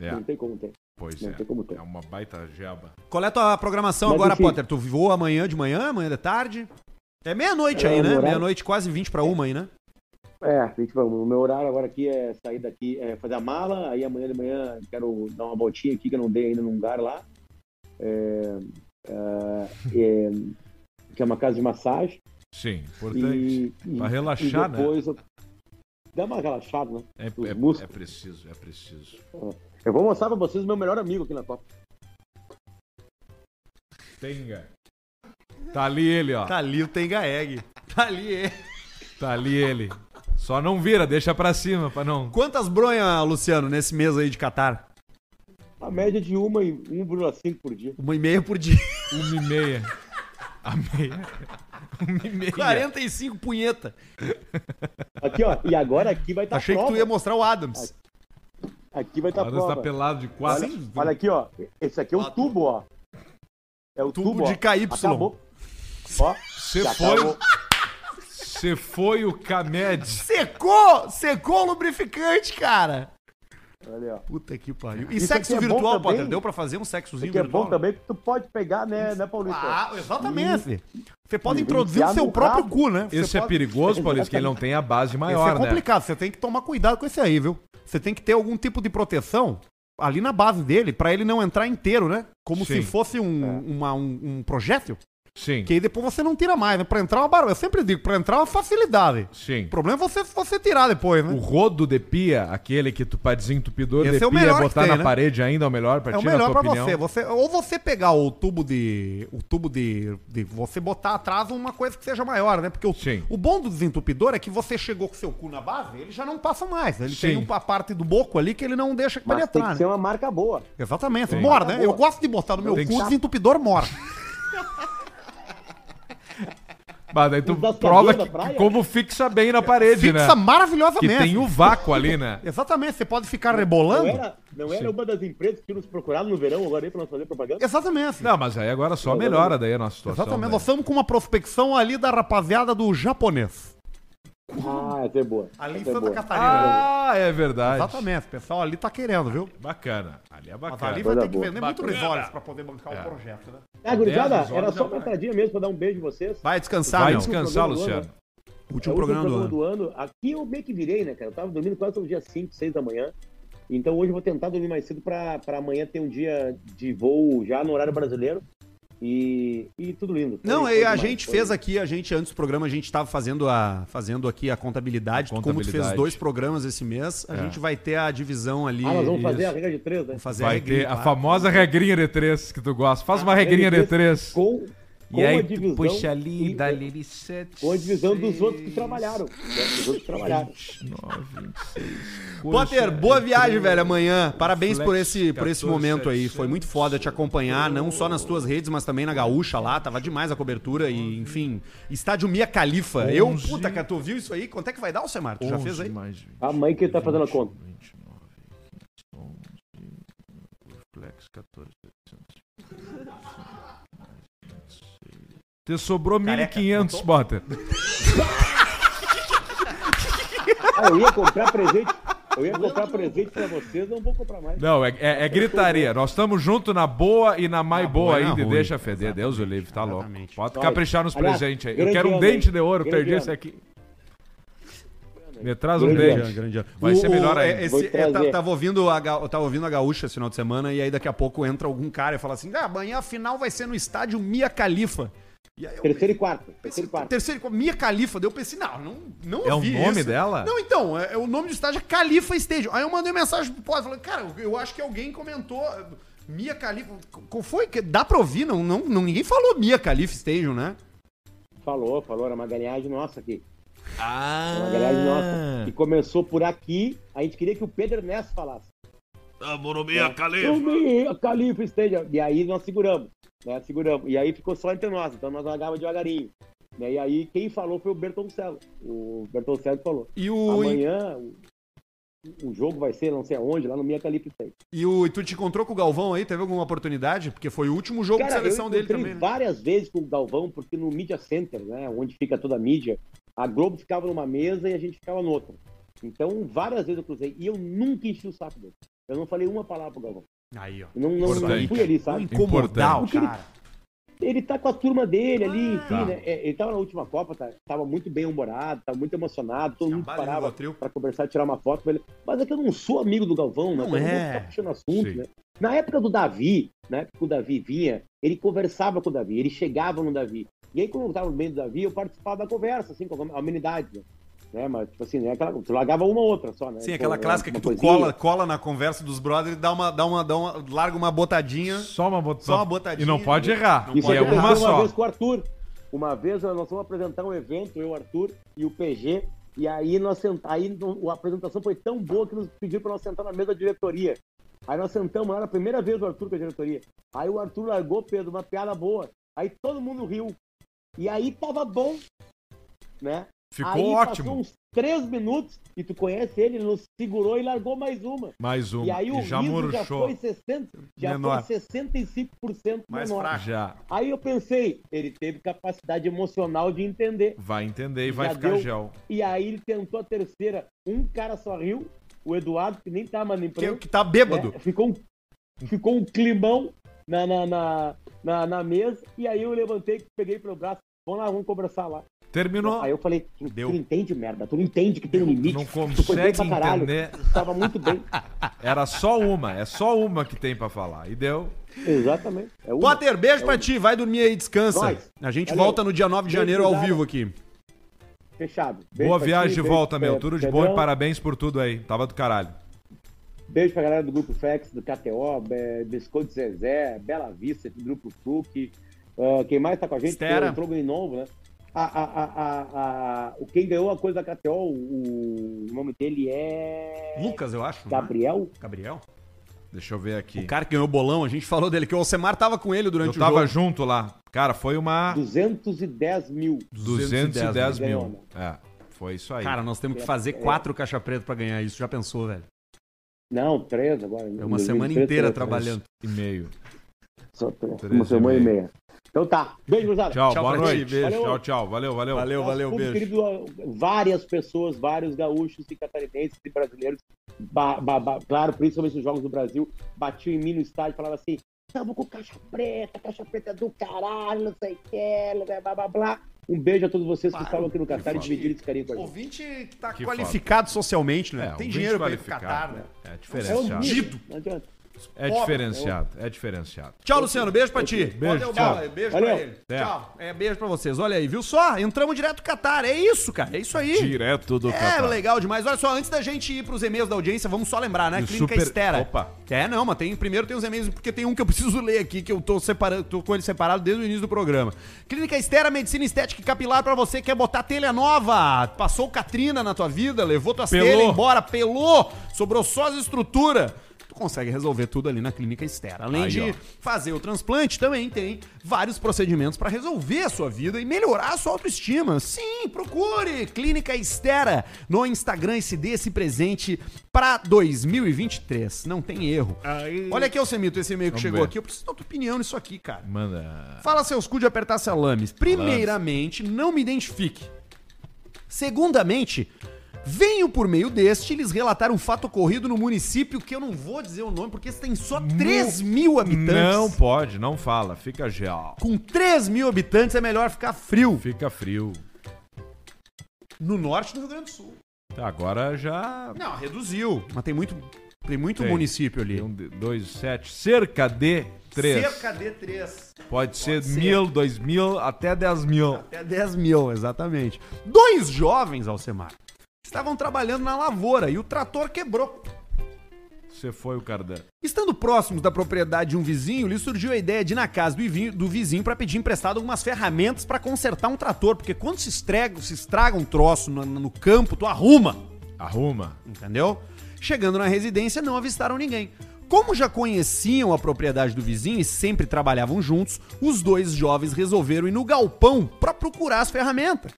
É,
Não tem como ter.
pois
Não
é.
tem como ter.
É uma baita jeba.
Qual é a tua programação
Mas,
agora,
enfim.
Potter? Tu voa amanhã de manhã, amanhã de tarde? É meia-noite
É,
aí,
no
né?
horário-
Meia-noite, quase 20 pra uma aí, né?
É, gente, vamos. O meu horário agora aqui é sair daqui, é fazer a mala. Aí amanhã de manhã quero dar uma voltinha aqui que eu não dei ainda num lugar lá. É, [LAUGHS] é, é, que é uma casa de massagem.
Sim, importante.
E, e,
Pra
e
relaxar, né?
depois eu... dá uma relaxada, né?
É,
os
é-
músculos.
é preciso, é preciso.
Eu vou mostrar pra vocês o meu melhor amigo aqui na Copa.
Tenga. Tá ali ele, ó.
Tá ali o Tenga Egg. Tá ali ele.
Tá ali ele. Só não vira, deixa pra cima, pra não.
Quantas bronhas, Luciano, nesse mês aí de Catar?
A média de uma e 1,5 por dia.
Uma e meia por
[LAUGHS]
dia.
Uma e meia. A meia. Uma e meia.
45 punheta.
Aqui, ó. E agora aqui vai estar tá
Achei que
prova.
tu ia mostrar o Adams.
Aqui vai estar
Agora
tá
está
prova.
pelado de quatro.
olha, olha aqui, ó. Esse aqui é o tubo, ó. É o
Tubo
tubo,
de
ó.
KY.
Acabou. Ó,
Você
já
foi.
acabou.
Você foi o Camed.
Secou! Secou o lubrificante, cara!
Olha, ó.
Puta que pariu. E
Isso
sexo
aqui é bom
virtual,
também.
Potter? Deu pra fazer um
Isso
sexozinho
aqui é
virtual?
bom também que tu pode pegar, né, né Paulista?
Ah, exatamente. Você pode
E
introduzir o
enfiar
seu
no
próprio
rabo.
cu, né? Você
Esse é
pode-
perigoso, Paulista, que ele não tem a base maior,
Esse é
né?
complicado, você tem que tomar cuidado com esse aí, viu? Você tem que ter algum tipo de proteção ali na base dele, pra ele não entrar inteiro, né? Como
Sim.
se fosse um,
É.
uma- um, um projétil,
Sim,
que aí depois você não tira mais, né? Pra entrar é uma barulho. Eu sempre digo, pra entrar é uma facilidade.
sim.
O problema é você, você tirar depois, né?
O rodo de pia, aquele que tu pra desentupidor
Esse
de
é o
pia,
melhor que
botar
tem,
na
né?
parede ainda é o melhor pra
É o
ti, na
melhor
tua
pra
opinião?
você. você. Ou você pegar o tubo de. O tubo de, de- Você botar atrás uma coisa que seja maior, né? Porque o,
Sim.
o bom do desentupidor é que você chegou com seu cu na base, ele já não passa mais. né? Ele
Sim.
tem uma parte do boco ali que ele não deixa
Mas tem
penetrar.
que
né?
ser uma marca boa.
Exatamente.
Sim.
Mora, né?
Boa.
Eu gosto de botar no meu
Tem
cu
que- um
desentupidor mora.
Bah, daí tu
Os das
prova
cadeiras
que-
da praia?
como fixa bem na parede, né?
Fixa
Que
maravilhosamente.
tem o vácuo ali, né?
Exatamente. Você pode ficar
Não
rebolando.
era, não era uma das empresas que nos procuraram no verão agora aí pra nós fazer
É
propaganda?
Exatamente.
Não, mas aí agora só melhora daí a nossa situação.
Exatamente.
né?
Nós estamos com uma prospecção ali da rapaziada do japonês.
Ah, essa é boa.
Ali em
essa é
Santa
boa.
Catarina.
Ah, é verdade.
né? Exatamente. O pessoal ali tá querendo, viu?
Bacana. Ali é
Mas
bacana.
ali vai
Coisa
ter que
boa.
vender muito risórios pra poder bancar o projeto, né?
Ah, gurizada,
Dez horas
era
já
só
vai.
uma entradinha mesmo pra dar um beijo em vocês.
Vai descansar,
Vai
meu.
descansar,
Programa do ano,
Luciano.
É
Último
o
programa do
programa
ano.
do ano. Aqui eu meio que virei, né, cara? Eu tava dormindo quase todo dia 5, 6 da manhã. Então hoje eu vou tentar dormir mais cedo pra, pra amanhã ter um dia de voo já no horário brasileiro. E, e tudo lindo. Foi-
Não, e
foi
a
demais,
gente
foi-
fez aqui, a gente antes do programa, a gente tava fazendo, a, fazendo aqui a contabilidade. Como
A
tu fez
contabilidade.
dois programas esse mês, a
É.
gente vai ter a divisão ali.
Ah, nós vamos fazer
Isso.
a regra de três, né?
Vamos fazer
Vai
regrinha,
ter a
pá.
famosa regrinha de três que tu gosta. Faz uma
A
regrinha de
Ah, regrinha de
três.
Com, com a
tu
divisão. e-
de sete.
Com a divisão dos outros que trabalharam. né? Dos outros que trabalharam.
9, [LAUGHS] 26.
Potter, boa viagem, velho, amanhã. Parabéns por
Flex
esse, por esse
14,
momento aí. Foi muito foda te acompanhar, não só nas tuas redes, mas também na Gaúcha lá. Tava demais a cobertura e, enfim, estádio Mia Califa. Eu,
Onze.
puta, cara, tu viu isso aí? Quanto é que vai dar, Alcemar? Tu já fez aí?
A mãe que tá fazendo a conta.
29, 15, 11, Flex 14, 700. Te sobrou 1.500, Potter.
Ah, eu ia comprar presente. Eu ia comprar presente pra vocês, não vou comprar mais.
Não, é, é- é gritaria. Nós estamos junto na boa e na mais boa
boa e na
ainda. E
ruim.
deixa feder. Deus o livre, tá louco.
Exatamente.
Pode caprichar nos
Aliás,
presentes aí. Eu
grande
quero um
ano,
dente
hein?
de ouro,
Grande
perdi
ano.
esse aqui. Me traz um
Grande
dente.
ano.
Grande ano.
Vai
O-
ser melhor
o-
ainda.
é-
Vou
Esse,
trazer.
eu ta- tava, ouvindo a, Ga- eu tava ouvindo a Gaúcha esse final de semana e aí daqui a pouco entra algum cara e fala assim: ah, amanhã a final vai ser no estádio Mia Califa. E aí eu
Terceiro e quarto. Terceiro
pensei,
e quarto.
terceiro, Mia Califa, daí eu pensei, não, não, não
É o
ouvi
nome
isso.
dela?
Não, então, é, é o nome do estádio é Califa Stadium. Aí eu mandei mensagem pro pós, falando, cara, eu- eu acho que alguém comentou eh, Mia Califa. Qual foi? Que- Dá pra ouvir, não, não, não- ninguém falou Mia Califa Stadium, né?
Falou, falou, era uma galinhagem nossa aqui. Era Uma galinhagem nossa.
Ah,
E começou por aqui, a gente queria que o Pedro Ernesto falasse. Eu me- a Califa esteja. E aí nós seguramos, né? Seguramos. E aí ficou só entre nós, então nós largava devagarinho. né? E aí quem falou foi o Bertoncello. O Bertoncello falou.
E o.
Amanhã o, o jogo vai ser não sei aonde, lá no Minha Califa Stage.
E, o, e tu te encontrou com o Galvão aí? Teve alguma oportunidade? Porque foi o último jogo de
Cara, eu
seleção dele
encontrei
também. né?
várias vezes com o Galvão, porque no Media Center, né, onde fica toda a mídia, a Globo ficava numa mesa e a gente ficava noutra. Então, várias vezes eu cruzei. E eu nunca enchi o saco dele. Eu não falei uma palavra pro Galvão.
Aí, ó.
Eu Não, não,
Importante.
não fui ali,
Não
sabe?
incomodar o
Importante.
cara.
Ele tá com a turma dele ali, enfim,
Tá.
né? É, Ele tava na última Copa, tá, tava muito bem humorado, tava muito emocionado, todo mundo
Trabalho no
parava
Rivotril.
pra conversar, tirar uma foto com ele. Mas é que eu não sou amigo do Galvão, né?
Não
Então eu vou
é.
ficar puxando assunto,
Sim.
né? Na época do Davi, na época que o Davi vinha, ele conversava com o Davi, ele chegava no Davi. E aí, quando eu tava no meio do Davi, eu participava da conversa, assim, com a amenidade, né? né? Mas, tipo assim, né? Aquela, tu largava uma ou outra só, né?
Sim,
Tipo,
aquela
uma-
clássica que
uma
tu
coisinha.
cola, cola na conversa dos brothers e dá uma, dá uma, dá uma, larga uma botadinha.
Só uma botadinha.
é, Só uma botadinha.
E não pode errar.
Não
E
Isso
pode
é
aconteceu
errar.
uma
uma
só.
vez com o Arthur. Uma vez nós fomos apresentar um evento, eu, Arthur e o PG, e aí nós senta- aí no- a apresentação foi tão boa que nos pediram para nós sentar na mesa da diretoria. Aí nós sentamos lá, era a primeira vez o Arthur com a diretoria. Aí o Arthur largou, Pedro, uma piada boa. Aí todo mundo riu. E aí tava bom, né?
Ficou
Aí Passou um
ótimo.
uns três minutos, e tu conhece ele, ele nos segurou e largou mais uma.
Mais um.
E aí o
já
riso já
murchou.
foi, 60, já
Menor.
foi 65%
Mais
menor.
fraco.
Já.
Aí eu pensei, ele teve capacidade emocional de entender.
Vai entender e vai
Já
ficar
deu.
gel.
E aí ele tentou a terceira. Um cara só riu, o Eduardo, que nem tava na
Que,
empresa.
que tá bêbado.
né? Ficou, um, ficou um climão na, na, na, na, na mesa. E aí eu levantei, peguei pelo braço. Vamos lá, vamos conversar lá.
Terminou.
Aí eu falei, tu, tu
Deu.
não entende, merda. Tu não entende que tem um limite.
Não
tu foi bem
consegue
pra caralho.
entender.
Tava
[LAUGHS]
muito bem.
Era só uma. É só uma que tem pra falar. E deu.
Exatamente. É uma.
Potter, beijo pra ti. Vai dormir aí, descansa.
Nós.
A gente
Valeu.
volta no dia 9 de janeiro ao
Obrigado.
vivo aqui.
Fechado. Beijo
Boa
pra ti,
viagem de
beijo
volta,
pra-
meu. Tudo de
Pedrão.
bom e parabéns por tudo aí. Tava do caralho.
Beijo pra galera do Grupo Flex, do KTO, Be- Biscoito Zezé, Bela Vista, do Grupo Fluke. Ah, quem mais tá com a gente?
Estera.
Tem o Trogo de novo, né? A, a, a, a, a, o- quem ganhou a coisa da KTO, o, o nome dele é.
Lucas, eu acho. né?
Gabriel?
Gabriel?
Deixa eu ver aqui.
O cara que ganhou o bolão, a gente falou dele, que o Alcemar tava com ele
Eu
durante o
tava
jogo.
junto lá. Cara, foi uma
210 mil.
210
mil.
mil. É, foi isso aí.
Cara, nós temos
É,
que fazer quatro caixa preta pra ganhar isso. Já pensou, velho?
Não, três agora.
É uma semana inteira
né?
trabalhando.
e meio.
Só três.
Três
Uma
e
semana e
meio.
meia. Então tá. Beijo, gurizada.
Tchau,
Tchau
boa
pra ti,
noite.
beijo.
Tchau, tchau. Valeu, valeu.
Valeu,
Nosso
valeu,
público
beijo.
querido, várias pessoas, vários gaúchos e catarinenses e brasileiros, ba- ba- ba- claro, principalmente nos Jogos do Brasil, batiam em mim no estádio e falavam assim: tamo com caixa preta, caixa preta é do caralho, não sei o que, blá, blá blá blá. Um beijo a todos vocês que estavam aqui no Catar e dividiram esse carinho com a gente.
Ouvinte que tá
Que
qualificado socialmente, né?
É,
Tem
ouvinte
dinheiro pra ir pro Catar,
qualificado,
né?
É
É um
diferenciado.
bicho, não adianta.
É diferenciado. É diferenciado.
Tchau, Luciano. Beijo pra ti.
Beijo,
Valeu,
tchau.
bola. Beijo
Valeu.
pra ele.
Até.
Tchau. É, beijo pra vocês. Olha aí, viu só? Entramos direto do Catar. É isso, cara. É isso aí.
Direto do
É,
Catar.
legal demais. Olha só, antes da gente ir pros e-mails da audiência, vamos só lembrar, né?
E
Clínica
super-
Estera.
Opa.
É, não, mas tem, primeiro tem os e-mails, porque tem um que eu preciso ler aqui, que eu tô separando, tô com ele separado desde o início do programa. Clínica Estera, medicina estética e capilar pra você que quer botar telha nova. Passou Catrina na tua vida, levou tuas
Pelou.
telhas embora, pelou, sobrou só as estrutura. Tu consegue resolver tudo ali na Clínica Estera. Além
Aí,
de
ó.
fazer o transplante, também tem vários procedimentos para resolver a sua vida e melhorar a sua autoestima. Sim, procure Clínica Estera no Instagram e se dê esse presente para 2023. Não tem erro. Olha aqui, Alcemito, esse e-mail que
Vamos
chegou
ver.
aqui. Eu preciso da tua opinião nisso aqui, cara.
Manda.
Fala seus cu de apertar salames. Primeiramente, não me identifique. Segundamente, Venho por meio deste lhes relatar um fato ocorrido no município que eu não vou dizer o nome, porque esse tem só 3 mil habitantes.
Não pode, não fala. Fica gel.
Com 3 mil habitantes é melhor ficar frio.
Fica frio.
No norte do Rio Grande do Sul.
Tá, agora já.
Não, reduziu. Mas tem muito, tem muito
Tem.
município ali.
Um, dois, sete. Cerca de três.
Cerca de 3.
Pode ser
ser.
mil, dois mil, até dez mil.
Até 10 mil, exatamente. Dois jovens, Alcemar, estavam trabalhando na lavoura e o trator quebrou.
Você foi o Cardan.
Estando próximos da propriedade de um vizinho, lhe surgiu a ideia de ir na casa do, ivinho- do vizinho para pedir emprestado algumas ferramentas para consertar um trator, porque quando se estraga, se estraga um troço no, no campo, tu arruma,
Arruma.
entendeu? Chegando na residência, não avistaram ninguém. Como já conheciam a propriedade do vizinho e sempre trabalhavam juntos, os dois jovens resolveram ir no galpão para procurar as ferramentas.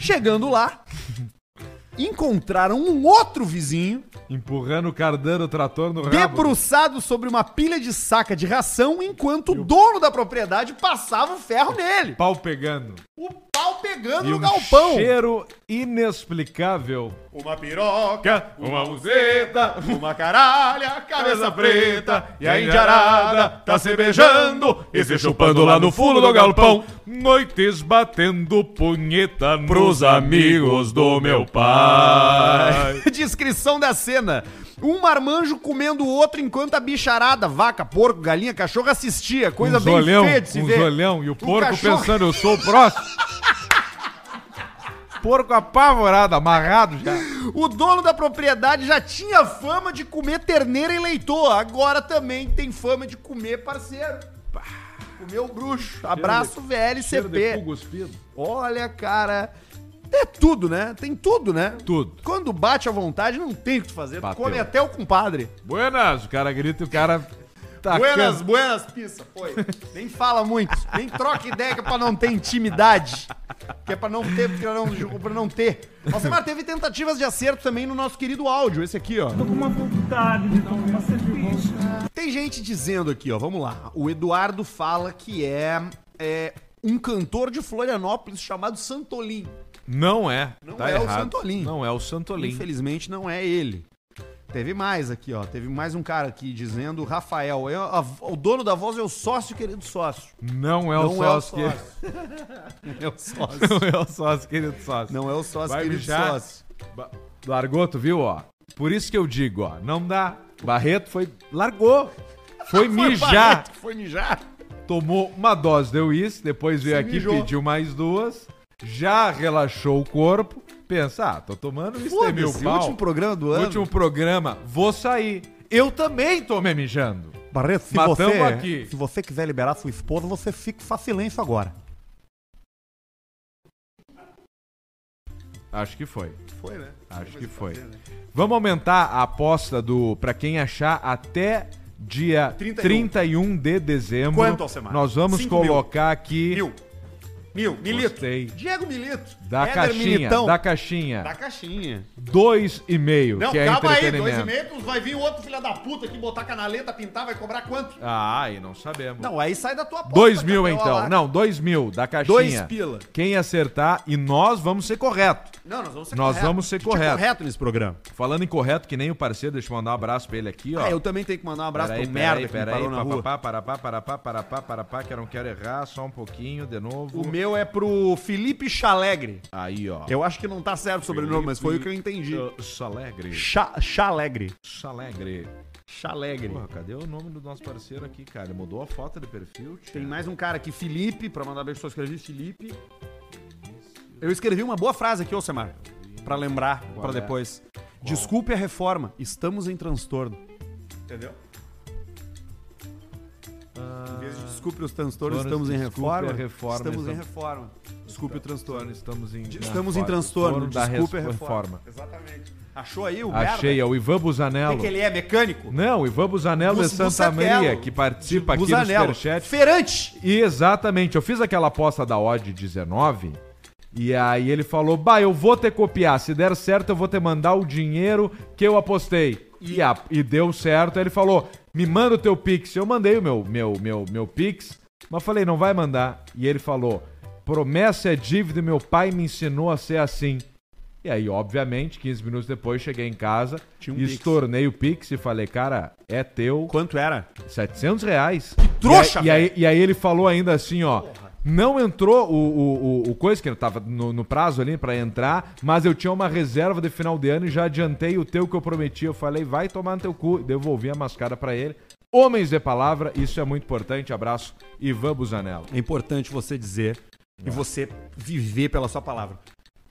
Chegando lá, [LAUGHS] encontraram um outro vizinho
Empurrando o Cardan no trator no rabo.
debruçado sobre uma pilha de saca de ração enquanto o dono da propriedade passava o ferro nele.
Pau pegando.
O pau pegando
E
no
um
galpão.
cheiro inexplicável.
Uma piroca, uma
museta,
uma caralha, cabeça preta
E a indiarada tá se beijando e se chupando lá no fundo do galpão. Noites batendo punheta pros amigos do meu pai.
[LAUGHS] Descrição da cena. Um marmanjo comendo o outro enquanto a bicharada, vaca, porco, galinha, cachorro assistia. Coisa
um
bem
zolhão,
feia de se
um
ver.
zolhão, e o, porco
cachorro-
pensando, eu sou o
[LAUGHS]
próximo. porco apavorado, amarrado já.
O dono da propriedade já tinha fama de comer terneira e leitoa. Agora também tem fama de comer parceiro. Pá, Comeu o bruxo. Abraço,
Cheiro de cu
VLCP.
cuspido.
Olha, cara. É tudo, né? Tem tudo, né?
Tudo.
Quando bate à vontade, não tem o que tu fazer. Tu
Bateu.
come até o compadre.
Buenas, o cara grita e o cara tá
Buenas, buenas, pizza. Foi. Nem fala muito. Nem troca ideia que é pra não ter intimidade. Que é pra não ter, pra não, pra não ter. Nossa, mas teve tentativas de acerto também no nosso querido áudio, esse aqui, ó. Tô com uma vontade de tomar uma cerveja. Tem gente dizendo aqui, ó, vamos lá. O Eduardo fala que é, é um cantor de Florianópolis chamado Santolin.
Não é.
Não
tá
é o
errado.
Santolim.
Não é o Santolim.
Infelizmente não é ele. Teve mais aqui, ó. Teve mais um cara aqui dizendo, Rafael, eu- a- o dono da voz é o sócio, querido sócio.
Não é o
Não é o
sócio,
sócio.
[LAUGHS] querido.
Não é o sócio.
Não [LAUGHS] é o sócio, querido sócio.
Não é o sócio,
Vai
querido
mijar?
sócio.
Ba- Largou, tu viu, ó? Por isso que eu digo, ó, não dá. Barreto foi. Largou.
[LAUGHS]
Foi mijar.
Barreto, Ah, Foi mijar.
Tomou uma dose de uísque, depois veio
Se
aqui,
mijou.
pediu mais duas. Já relaxou o corpo. Pensa, ah, tô tomando isso, tem mil
Foda-se,
pau.
último programa do ano.
Último programa, vou sair. Eu também tô me mijando.
Barreto, se
Matamos
você,
aqui.
se você quiser liberar sua esposa, você fica faz silêncio agora.
Acho que foi.
Foi, né?
Acho que foi. Vamos aumentar a aposta do para quem achar até dia
31.
31, de dezembro.
Quanto, Alcemar?
Nós vamos
Cinco
colocar aqui
Mil. Mil. Milito.
Gostei.
Diego Milito.
da
Éder
caixinha,
Militão.
da caixinha,
Da caixinha.
dois e meio,
Não,
que é
calma aí,
entretenimento.
dois e meio, tu vai vir outro filho da puta que botar canaleta, pintar, vai cobrar quanto?
Ah, aí não sabemos.
Não, aí sai da tua porta.
dois mil
Capela,
então,
lá.
não, dois mil da caixinha.
Dois pila.
Quem acertar e nós vamos ser correto.
Não, nós vamos ser
Nós
correto.
vamos ser
A gente é
correto.
correto nesse programa.
Falando em correto, que nem o parceiro, deixa eu mandar um abraço pra ele aqui, ó.
Ah, eu também tenho que mandar um abraço
Peraí,
pro merda que
peraí,
me
peraí,
parou na rua.
papapá, parapá, parapá, parapá, parapá, que eu não quero errar, só um pouquinho, de novo.
O meu é pro Felipe Chalegre.
Aí, ó.
Eu acho que não tá certo o sobrenome, mas foi o que eu entendi.
Uh, Salegre.
Cha- Chalegre.
Salegre.
Chalegre.
Porra, cadê o nome do nosso parceiro aqui, cara? Ele mudou a foto de perfil, tio.
Tem mais um cara aqui, Felipe, pra mandar beijo, só escrevi Felipe. Eu escrevi uma boa frase aqui, ô Semar, pra lembrar, pra
é?
depois. Desculpe a reforma, estamos em transtorno.
Entendeu?
Em vez de desculpe os transtornos,
transtornos,
estamos em
desculpe
reforma.
a reforma,
estamos em
estamos-
reforma. Desculpe o transtorno.
Estamos em,
Estamos
na
em transtorno,
da
desculpa a
res-
reforma.
reforma.
Exatamente. Achou aí o
Achei, é o Ivan
merda? O
Busanello.
que, que ele é? Mecânico?
Não, Ivan Busanello de
Bus-
Santa
Busanello.
Maria, que participa aqui
Busanello.
no Superchat.
Ferante!
E exatamente, eu fiz aquela aposta da odd 19 e aí ele falou: "Bah, eu vou te copiar, se der certo eu vou te mandar o dinheiro que eu apostei". E, a- e deu certo, aí ele falou: "Me manda o teu Pix". Eu mandei o meu meu meu meu Pix, mas falei: "Não vai mandar". E ele falou: "Promessa é dívida, e meu pai me ensinou a ser assim". E aí, obviamente, 15 minutos depois, cheguei em casa,
Tinha um Pix.
estornei o Pix e falei, cara, é teu,
Quanto era?
700 reais.
trouxa,
E aí, e aí, e aí ele falou ainda assim, ó... Não entrou o, o, o, o coisa, que eu tava no, no prazo ali pra entrar, mas eu tinha uma reserva de final de ano e já adiantei o teu que eu prometi. Eu falei, vai tomar no teu cu. Devolvi a mascara pra ele. Homens de palavra, isso é muito importante. Abraço, Ivan Busanello.
É importante você dizer e você viver pela sua palavra.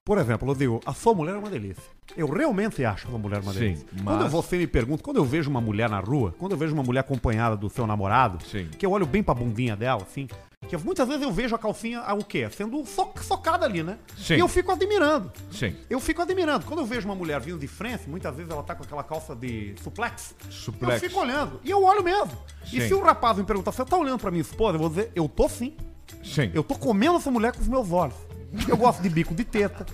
Por exemplo, eu digo, a sua mulher é uma delícia. Eu realmente acho a sua mulher uma
Sim,
delícia.
mas-
Quando você me pergunta, quando eu vejo uma mulher na rua, quando eu vejo uma mulher acompanhada do seu namorado,
Sim.
que eu olho bem pra bundinha dela, assim, que muitas vezes eu vejo a calcinha, a, o quê? Sendo so- socada ali, né?
Sim.
E eu fico admirando.
Sim.
Eu fico admirando. Quando eu vejo uma mulher vindo de frente, muitas vezes ela tá com aquela calça de suplex.
Suplex.
Eu fico olhando. E eu olho mesmo. E
Sim.
se o rapaz me perguntar, você tá olhando pra minha esposa? Eu vou dizer, eu tô sim.
Sim.
Eu tô comendo essa mulher com os meus olhos. Eu gosto de bico de teta.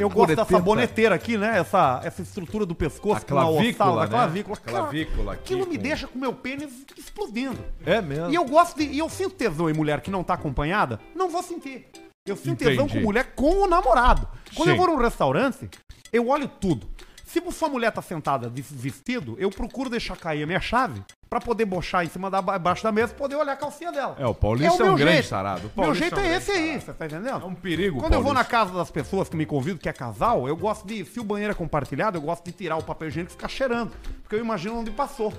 eu gosto
de
dessa
teta.
boneteira aqui, né? Essa, essa estrutura do pescoço,
A
com uma
clavícula,
ossada, a
né?
clavícula. Cara,
Clavícula aqui
aquilo me
com-
deixa com meu pênis explodindo.
É mesmo.
E eu gosto de. E eu sinto tesão em mulher que não tá acompanhada, não vou sentir. Eu sinto tesão
Entendi.
com mulher com o namorado. Quando
Sim.
eu vou num restaurante, eu olho tudo. Se sua mulher tá sentada de vestido, eu procuro deixar cair a minha chave pra poder bochar em cima da abaixo da mesa e poder olhar a calcinha dela.
É, o Paulista é um
meu
grande
jeito.
sarado. O
Meu
Paulista
jeito
é um
é
grande
esse aí, você tá entendendo?
É um perigo,
Quando eu vou
Paulista.
na casa das pessoas que me convidam, que é casal, eu gosto de. Se o banheiro é compartilhado, eu gosto de tirar o papel higiênico e ficar cheirando. Porque eu imagino onde passou.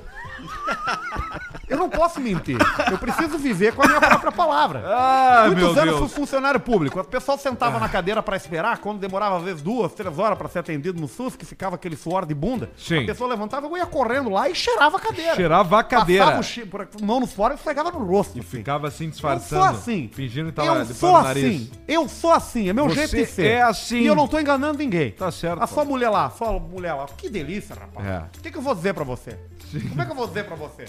Eu não posso mentir. Eu preciso viver com a minha própria palavra.
Ah,
Muitos
meu
anos
Deus. Ah.
fui funcionário público. O pessoal sentava na cadeira pra esperar, quando demorava às vezes duas, três horas pra ser atendido no SUS, que ficava aquele suor de bunda.
Sim.
A pessoa levantava, eu ia correndo lá e cheirava a cadeira.
Cheirava a cadeira.
Passava o che- por aqui, mão no fora e pegava no rosto. assim.
Ficava assim
Eu
disfarçando.
sou assim.
Fingindo que tá tava
eu
limpando
sou
o nariz.
assim. Eu sou assim. É meu
Você
jeito de ser.
é assim.
E eu não tô enganando ninguém.
Tá certo,
A sua mulher lá, sua mulher lá. Que delícia, rapaz.
É.
O que, que eu vou dizer pra você? Como é que eu vou dizer pra você?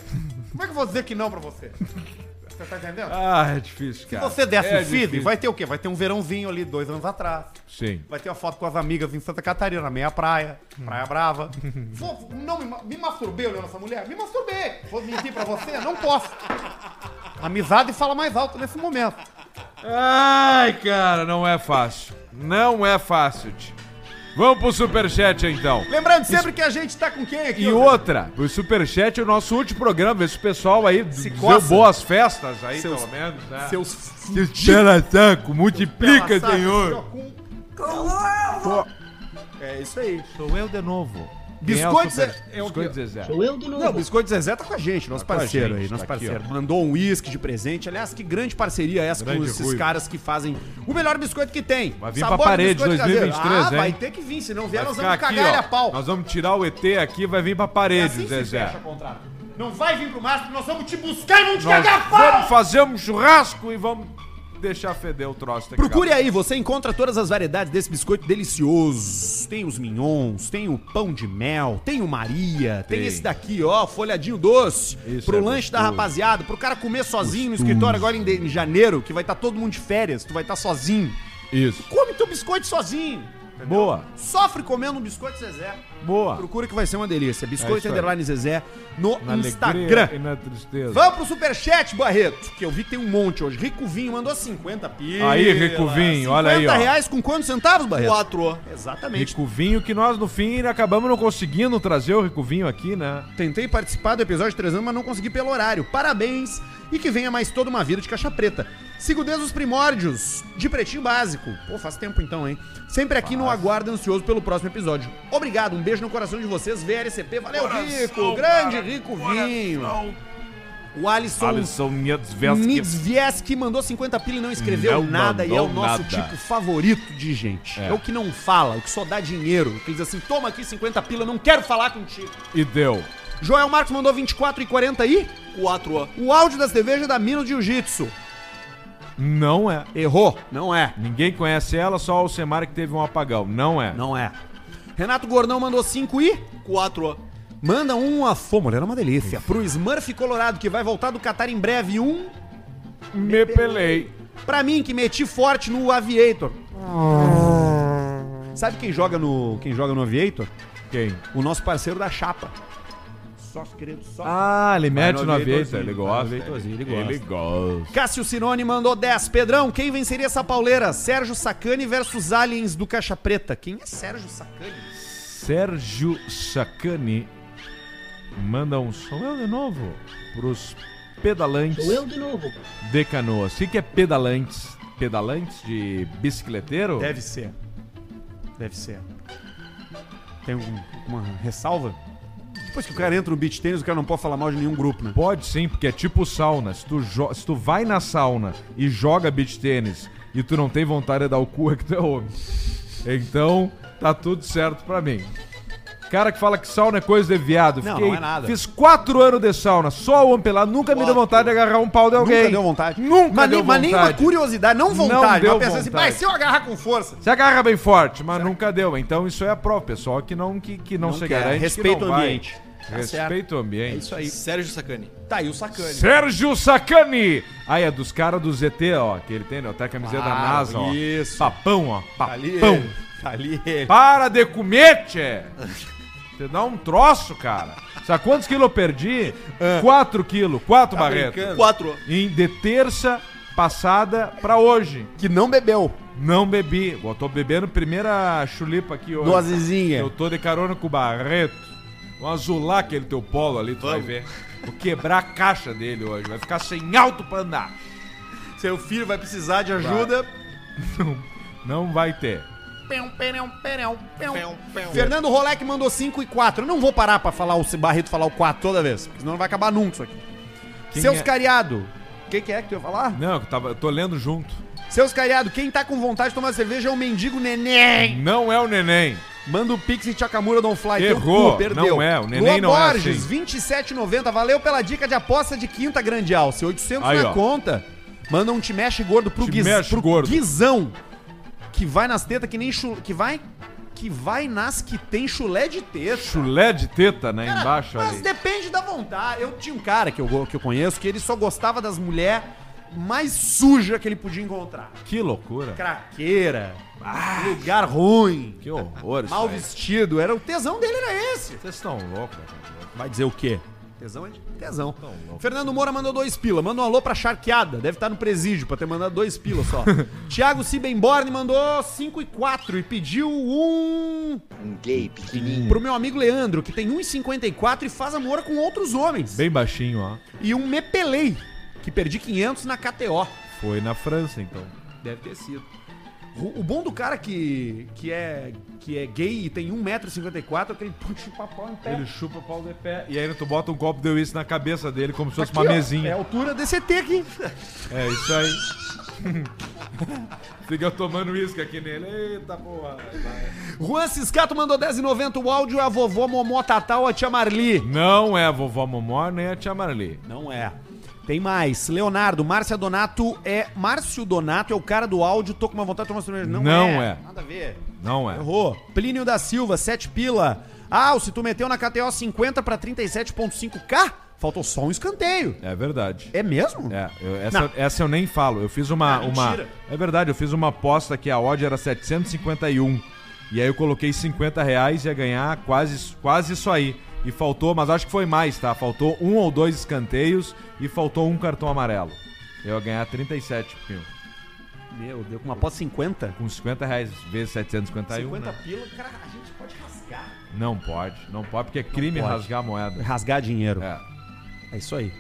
Como é que eu vou dizer que não pra você? Você tá entendendo?
Ah, é difícil, cara.
Se você desce
é
o feed,
difícil.
vai ter o quê? Vai ter um verãozinho ali, dois anos atrás.
Sim.
Vai ter uma foto com as amigas em Santa Catarina, na meia praia, Praia Brava. Vou, não, me, ma- me masturbei olhando essa mulher? Me masturbei! Vou mentir pra você? Não posso. Amizade fala mais alto nesse momento.
Ai, cara, não é fácil. Não é fácil. tch. Vamos pro superchat, então.
Lembrando sempre que a gente tá com quem aqui?
E
André?
outra, o Superchat é o nosso último programa. Vê se o pessoal aí deu
coça.
boas festas aí,
Seus-
pelo menos, né?
Seus
Seus peratanco, multiplica,
Pela saca,
senhor.
seu cu. É isso aí.
Sou eu de novo.
Biscoitos
Quem é o
Zé-
super...
é o
Biscoito
quê?
Zezé.
Não, o Biscoito Zezé tá com a gente, nosso
Tá com a
parceiro
gente,
aí,
tá
nosso
aqui,
parceiro.
ó.
Mandou um uísque de presente. Aliás, que grande parceria é essa com
Grande
esses
ruivo.
caras que fazem o melhor biscoito que tem.
Vai vir
Sabor
pra
de
parede,
biscoito caseiro.
2023,
Ah,
hein?
vai ter que vir, se não vier
Vai
nós
ficar
vamos cagar ele
ó.
a pau.
Nós vamos tirar o ET aqui e vai vir pra
É
parede,
assim que se
Zezé.
fecha contrato. Não vai vir pro Márcio, nós vamos te buscar e vamos te
Nós
cagar a pau!
vamos fazer um churrasco e vamos deixar feder o troço daqui a
Procure
pouco.
aí, você encontra todas as variedades desse biscoito delicioso. Tem os mignons, tem o pão de mel, tem o Maria, tem,
Tem.
esse daqui, ó, folhadinho doce.
Isso
pro
é
lanche da
gostoso.
rapaziada, pro cara comer sozinho no escritório agora em, de- em janeiro, que vai estar todo mundo de férias, tu vai estar sozinho.
Isso.
Come teu biscoito sozinho. entendeu?
Boa,
Sofre comendo um biscoito Zezé.
boa.
Procura que vai ser uma delícia.
É
Biscoito
isso aí.
Underline Zezé no
Na
Instagram.
alegria e na tristeza.
Vamos pro superchat, Barreto, que eu vi que tem um monte hoje. Rico Vinho mandou 50 pila.
Aí, Rico Vinho, olha aí, ó.
reais com quantos centavos, Barreto?
Quatro.
Exatamente.
Ricovinho, que nós no fim acabamos não conseguindo trazer o Ricovinho aqui, né?
Tentei participar do episódio 3 anos, mas não consegui pelo horário. Parabéns e que venha mais toda uma vida de caixa preta. Sigo desde os primórdios, de pretinho básico. Pô, faz tempo então, hein? Sempre aqui no aguardo ansioso pelo próximo episódio. Obrigado, um beijo no coração de vocês, VLCP. Valeu, Rico! Grande Rico Vinho! O Alisson, Nizvieski mandou 50 pila e não escreveu
Não
nada e é o
mandou
nosso
nada.
tipo favorito de gente. É.
É.
o que não fala, o que só dá dinheiro. Que diz assim: toma aqui 50 pila, não quero falar contigo.
E deu.
Joel Marcos mandou 24 e 40 e
Quatro.
o áudio das cerveja da Mino Jiu-Jitsu.
Não é.
Errou. Não é.
Ninguém conhece ela, só o Alcemar que teve um apagão. Não é.
Não é. Renato Gordão mandou 5 e
Quatro.
manda um a fô, mulher, é uma delícia. Pro Smurf Colorado, que vai voltar do Catar em breve. Um
Me pelei.
Pra mim, que meti forte no Aviator. Sabe quem joga no, quem joga no Aviator?
Quem?
O nosso parceiro da chapa. sócio, querido sócio.
Ah, ele mete
no
no
Aveitorzinho,
Aveita. Ele
vai no
gosta.
Aveitorzinho, ele
Ele gosta.
Cássio Cirone mandou 10. Pedrão, quem venceria essa pauleira? Sérgio Sacani versus Aliens do Caixa Preta. Quem é Sérgio Sacani?
Sérgio Sacani manda um sou eu de novo pros pedalantes
Sou eu de novo.
de canoas. O que que é pedalantes? Pedalantes de bicicleteiro?
Deve ser. Deve ser. Tem algum- alguma ressalva? Depois que o cara entra no beat tênis, o cara não pode falar mal de nenhum grupo, né?
Pode sim, porque é tipo sauna. Se tu, jo- se tu vai na sauna e joga beach tênis e tu não tem vontade de dar o cu, é que tu é homem. Então, tá tudo certo pra mim. Cara que fala que sauna é coisa de viado.
Não,
Fiquei-
não é nada.
Fiz quatro anos de sauna, só homem pelado, nunca me deu vontade de agarrar um pau de alguém.
Nunca deu vontade.
Nunca
mas,
deu
nem- mas nem uma
vontade.
curiosidade, não vontade.
Não
mas
deu
pensar assim,
vontade.
mas se eu agarrar com força.
Se agarra bem forte, mas nunca deu. Então isso é a prova, pessoal que não, que, que não,
Não
se
quer.
garante. que
Respeita
não
o
vai.
ambiente. Tá
Respeita o ambiente.
Isso aí.
Sérgio Sacani.
Tá aí o Sacani.
é Sérgio Sacani! Aí é dos caras do ZT, ó, que ele tem, né? Até a camiseta da
Claro,
NASA, ó.
isso.
Papão, ó.
Tá ali
Papão.
ele. Tá ali ele.
Para de comer, tchê! Você dá um troço, cara. Sabe quantos quilos eu perdi?
Ah.
4 quilos, 4
Tá
barretos.
Quatro.
Em de terça passada pra hoje.
Que não bebeu.
Não bebi. Eu tô bebendo primeira chulipa aqui hoje.
Dosezinha.
Eu tô de carona com o Barreto. Vamos azular aquele teu polo ali, tu
Vamos.
vai ver. Vou quebrar a caixa dele hoje. Vai ficar sem alto pra andar.
Seu filho vai precisar de ajuda.
Não, não vai ter. É um
Fernando Rolec mandou 5 e 4. Eu não vou parar pra falar o se Barreto falar o 4 toda vez, porque senão não vai acabar nunca isso aqui.
Quem
Seus
é?
cariado. O que, que é que tu ia falar?
Não, eu, tava, eu tô lendo junto.
Seus cariado, quem tá com vontade de tomar cerveja é o mendigo neném.
Não é o neném.
Manda o Pix e Chakamura Don't Fly. teu
Errou.
cu, perdeu.
Não é, o
Lua
neném não é
Borges,
assim.
27,90. Valeu pela dica de aposta de quinta grande alça. 800
Aí,
na
ó.
conta. Manda um te mexe gordo pro,
Te
guiz,
mexe
pro
gordo.
guizão. Que vai nas tetas que nem chulé. Que vai. Que vai nas que tem chulé de teta.
Chulé de teta, né?
Cara,
embaixo
mas
ali.
depende da vontade. Eu tinha um cara que eu, go- que eu conheço que ele só gostava das mulheres mais sujas que ele podia encontrar.
Que loucura.
Craqueira,
Ah.
lugar ruim,
Que horror. isso
mal
aí.
vestido. Era, o tesão dele era esse.
Vocês estão loucos. cara.
Vai dizer o quê? Tesão é de tesão. Fernando Moura mandou dois pila. Manda um alô pra charqueada. Deve estar no presídio pra ter mandado dois pila [LAUGHS] só. Thiago Sibemborne mandou 5 e 4 e pediu um
Um gay pequenininho.
pro meu amigo Leandro, que tem 1,54 e faz amor com outros homens.
Bem baixinho, ó.
e um Mepelei, que perdi 500 na KTO.
Foi na França, então.
Deve ter sido. O o bom do cara que, que, é, que é gay e tem 1,54m é que ele pode chupar pau em pé.
Ele chupa o pau de pé. E aí tu bota um copo de uísque na cabeça dele como se fosse
Aqui,
uma
ó,
mesinha.
É a altura desse ET aqui. [LAUGHS]
É isso aí. [LAUGHS] Fica tomando uísque aqui nele. Eita porra.
Juan Ciscato mandou 10,90 o áudio é a vovó Momó Tatal, a tia Marli.
Não é a vovó Momó nem a tia Marli.
Não é. Tem mais. Leonardo, Márcia Donato é. Márcio Donato é o cara do áudio, tô com uma vontade de tomar cerveja. Não,
Não
é.
é.
Nada a ver.
Não é.
Errou. Plínio da Silva, 7 pila. Ah, se tu meteu na KTO 50 pra 37.5k, faltou só um escanteio.
É verdade.
É mesmo?
É, eu- essa,
Não.
essa eu nem falo. Eu fiz uma,
Ah,
uma.
mentira.
É verdade, eu fiz uma aposta que a odd era 751. E aí eu coloquei 50 reais e ia ganhar quase, quase isso aí. E faltou, mas acho que foi mais, tá? Faltou um ou dois escanteios e faltou um cartão amarelo. Eu ia ganhar 37 mil.
Meu Deus, com uma pós 50?
Com 50 reais vezes 751.
50
né?
pila, cara, a gente pode rasgar.
Não pode, não pode, porque é crime
pode.
rasgar a moeda.
Rasgar dinheiro. É,
É.
isso aí.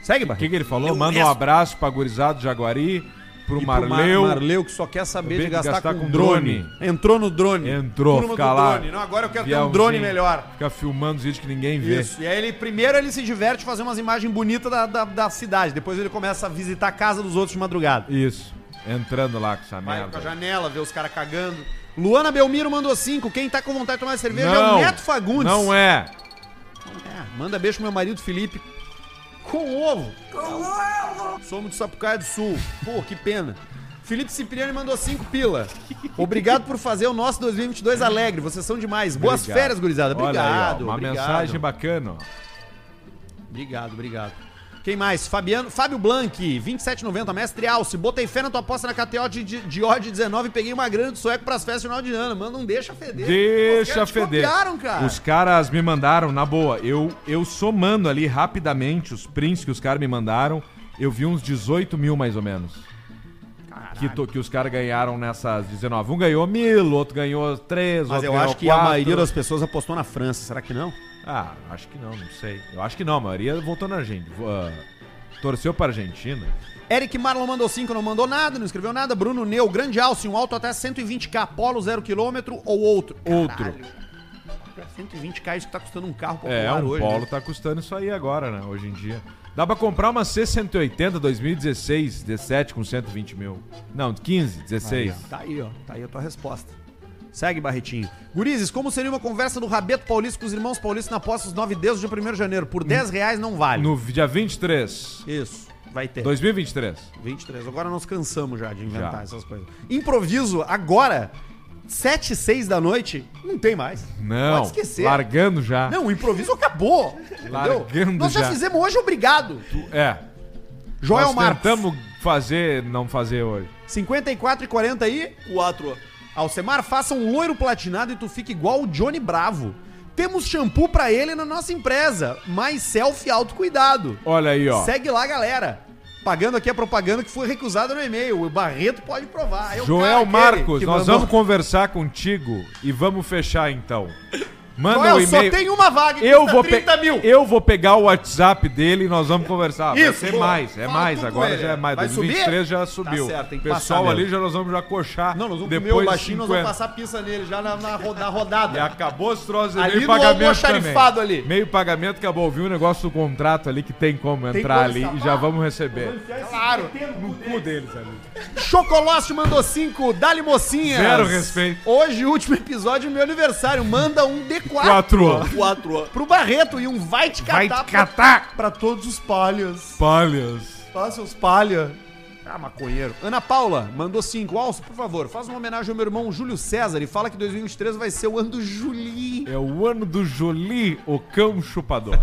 Segue,
O que,
Barreto.
que ele falou? Manda um abraço pra gurizado de Jaguari, pro
E pro Mar-
Marleu.
Marleu que só quer saber
Também
de
de
gastar,
gastar
com,
com
drone.
drone.
Entrou no drone.
Entrou,
do
fica lá.
drone. Não, agora eu quero ter um
Aviãozinho.
drone melhor.
é Fica filmando os vídeos que ninguém vê.
Isso. E aí ele primeiro ele se diverte fazendo umas imagens bonitas da, da, da cidade. Depois ele começa a visitar a casa dos outros de madrugada.
Isso. Entrando lá com essa
Vai com a
merda.
janela, vê os caras cagando. Luana Belmiro mandou cinco. Quem tá com vontade de tomar cerveja é o Neto Fagundes.
Não é.
É, Manda beijo pro meu marido Felipe. Com ovo. Com ovo. Somos de Sapucaia do Sul. Pô, que pena. Felipe Cipriani mandou cinco pila. Obrigado por fazer o nosso 2022 alegre. Vocês são demais. Boas
Obrigado.
férias, gurizada.
Olha aí, ó,
Obrigado.
uma
obrigado.
mensagem bacana. ó.
Obrigado, obrigado. Quem mais? Fabiano, Fábio Blanc, 27,90. Mestre Alce, botei fé na tua aposta na KTO de, de, de odd 19 e peguei uma grana de sueco pras festas de final de ano. Mano, não deixa feder. Os
Deixa
caras te
feder.
copiaram, cara.
Os caras me mandaram, na boa, eu, eu somando ali rapidamente os prints que os caras me mandaram, eu vi uns 18 mil mais ou menos. Que, to- que os caras ganharam nessas 19. Um ganhou mil, outro ganhou três,
Mas
outro
eu
ganhou
acho que a
quatro.
maioria das pessoas apostou na França. Será que não?
Ah, acho que não, não sei. Eu acho que não, a maioria voltou na Argentina. ah, torceu pra Argentina.
Eric Marlon mandou 5, não mandou nada, não escreveu nada. Bruno Neu, grande alce, um alto até 120k, polo 0km ou outro?
Outro.
120k, isso que tá custando um carro popular
É, um
hoje.
polo
né?
tá custando isso aí agora, né? Hoje em dia. Dá pra comprar uma C180 2016, 17 com 120 mil. Não, 15, 16.
Tá aí, ó. Tá aí a tua resposta. Segue, Barretinho. Gurizes, como seria uma conversa do Rabeto Paulista com os irmãos paulistas na aposta dos 9 dedos de 1 de janeiro? Por 10 reais não vale.
no dia 23.
Isso. Vai ter.
2023.
23. Agora nós cansamos já de inventar
Já.
essas coisas. Improviso agora, 7 6 da noite, não tem mais.
Não,
Pode esquecer.
largando já.
Não, o improviso acabou.
Largando
entendeu? Nós já,
já.
fizemos hoje, obrigado.
É.
Joel
nós
Marcos.
tentamos fazer, não fazer hoje.
54 e 40 aí.
Quatro.
Alcemar, faça um loiro platinado e tu fica igual o Johnny Bravo. Temos shampoo pra ele na nossa empresa. Mais selfie autocuidado.
Olha aí, ó.
Segue lá, galera. Pagando aqui a propaganda que foi recusada no e-mail. O Barreto pode provar. É o cara
Joel
aquele
Marcos,
que
nós
mandou-
vamos conversar contigo e vamos fechar então. Manda
Joel,
um
só
e-mail.
tem uma vaga que
Eu
custa
vou, pe-
30 mil.
eu vou pegar o WhatsApp dele e nós vamos conversar. Vai
Isso,
ser
boa.
mais, é
Fala
mais.
tudo
Agora
com ele.
já é mais.
Vai
2023
subir?
já subiu.
Tá certo, tem que
o pessoal
passar
ali
mesmo.
já nós vamos já coxar.
Não, nós vamos
depois É
comer o baixinho, nós vamos
50.
passar pizza nele já na, na, roda- na
E
rodada.
acabou os troços
Ali
meio
no
pagamento também.
almoxarifado ali.
Meio pagamento, acabou. Viu o negócio do contrato ali que tem como entrar
como
ali
escapar.
e já vamos receber.
Claro.
No cu deles ali.
Chocolócio mandou 5, Dali Mocinha.
Zero respeito.
Hoje, último episódio do meu aniversário. Manda um D4
Quatro. ó.
Quatro.
pro Barreto e um vai te catar,
Vai te catar.
Pra, pra todos os palhas.
Palhas.
Faz seus palha. Ah, maconheiro. Ana Paula mandou 5. Alço, por favor, faz uma homenagem ao meu irmão Júlio César e fala que 2023 vai ser o ano do Julinho.
É o ano do Jolie, o cão chupador.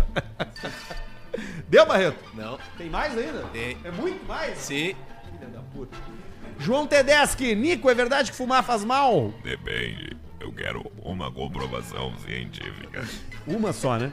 Deu, Barreto?
Não.
Tem mais ainda?
Tem.
É muito mais?
Sim.
João Tedeschi, Nico, é verdade que fumar faz mal?
Depende. É Eu quero uma comprovação científica.
Uma só, né?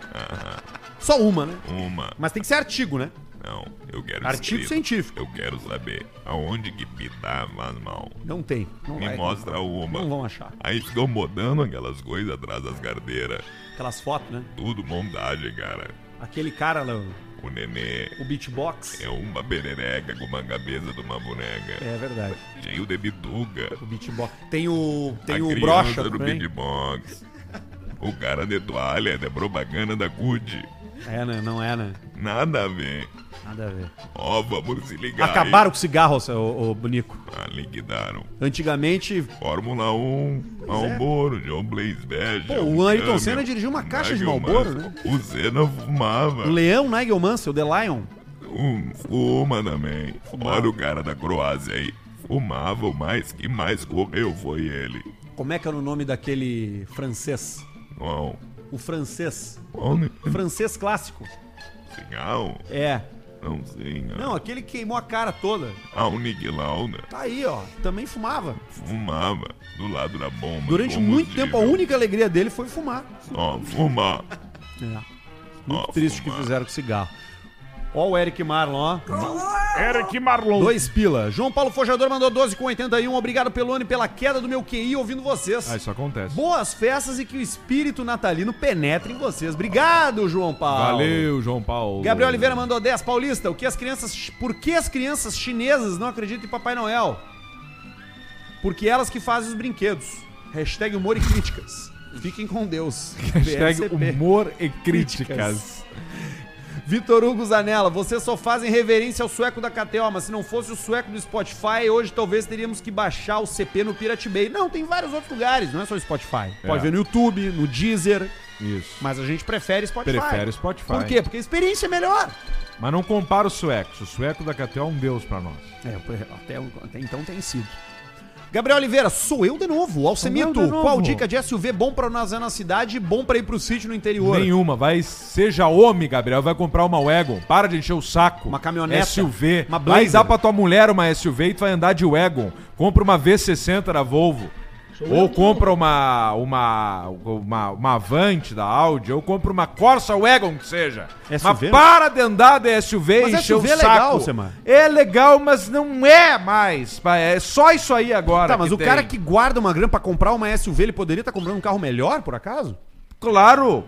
Só uma, né?
Uma.
Mas tem que ser artigo, né?
Não, eu quero
Artigo
escrito.
científico.
Eu quero saber aonde que pitar faz mal.
Não tem. Não
Me
vai.
mostra uma.
Não vão achar.
Aí ficam botando aquelas coisas atrás das carteiras.
Aquelas fotos, né?
Tudo montagem, cara.
Aquele cara lá,
O nenê
o beatbox.
é uma perereca com uma cabeça de uma boneca.
É verdade.
Cheio de bituca.
O beatbox. Tem o. Tem
a
o
criança
brocha
do
também.
beatbox. O cara de toalha, de propaganda da CUD.
É, né? Não é, né?
Nada a ver.
Nada a ver.
Ó, vamos se ligar. hein?
Acabaram com o cigarro, seu- ô, ô, Nico.
Ah, liquidaram.
Antigamente.
Fórmula 1, Malboro, John Blaze Badge.
é. Pô, o Ayrton Senna dirigiu uma caixa de Marlboro, né?
O Senna fumava.
o Leão Nigel Mansell, The Lion.
Um, fuma também. Olha o cara da Croácia aí. Fumava o mais que mais comeu foi ele.
Como é que era o nome daquele francês?
Não.
O francês.
Onde?
Francês clássico.
Sinal?
É.
Não sei.
Não,
Não.
aquele que queimou a cara toda.
Ah, o Nick Lauda
Tá aí, ó. Também fumava.
fumava do lado da bomba. de
Durante muito
combustível.
tempo, a única alegria dele foi fumar.
Só fumar.
Muito
Ó,
triste o que
Ah, fumar.
fizeram com cigarro. Ó o Eric Marlon, ó.
Eric Marlon.
Dois pila. João Paulo Forjador mandou 12 com 81. Obrigado pelo ano e pela queda do meu QI ouvindo vocês.
Ah, isso acontece.
Boas festas e que o espírito natalino penetre em vocês. Obrigado, João Paulo.
Valeu, João Paulo.
Gabriel Oliveira mandou 10. Paulista, o que as crianças. Por que as crianças chinesas não acreditam em Papai Noel? Porque elas que fazem os brinquedos. Hashtag humor e críticas. Fiquem com Deus.
[LAUGHS] Hashtag
PSCP.
humor e críticas.
Vitor Hugo Zanella, vocês só fazem reverência ao sueco da KTO, mas se não fosse o sueco do Spotify, hoje talvez teríamos que baixar o CP no Pirate Bay. Não, tem vários outros lugares, não é só o Spotify. Pode
É.
ver no YouTube, no Deezer,
Isso.
mas a gente prefere Spotify.
Prefere Spotify.
Por quê? Porque a experiência é melhor.
Mas não compara os suecos. O sueco da KTO é um deus pra nós.
É, até, até então tem sido. Gabriel Oliveira, sou eu de novo. Alcemito,
Sou eu de novo.
qual dica de SUV bom pra nascer na cidade e bom pra ir pro sítio no interior?
Nenhuma, vai, seja homem, Gabriel, vai comprar uma Wagon, para de encher o saco.
Uma caminhoneta.
SUV,
Uma
vai
Blazer.
dar pra tua mulher uma SUV e tu vai andar de Wagon. Compra uma V60 da Volvo. Ou compra uma, uma, uma, uma Avante da Audi, ou compra uma Corsa Wagon, que seja.
SUV?
Mas para de andar de SUV
Mas
e encher
SUV
o
é
saco.
legal, Semar.
É legal, mas não é mais. É só isso aí agora
Tá, mas
que
o cara
tem.
que guarda uma grana pra comprar uma SUV, ele poderia estar comprando um carro melhor, por acaso?
Claro!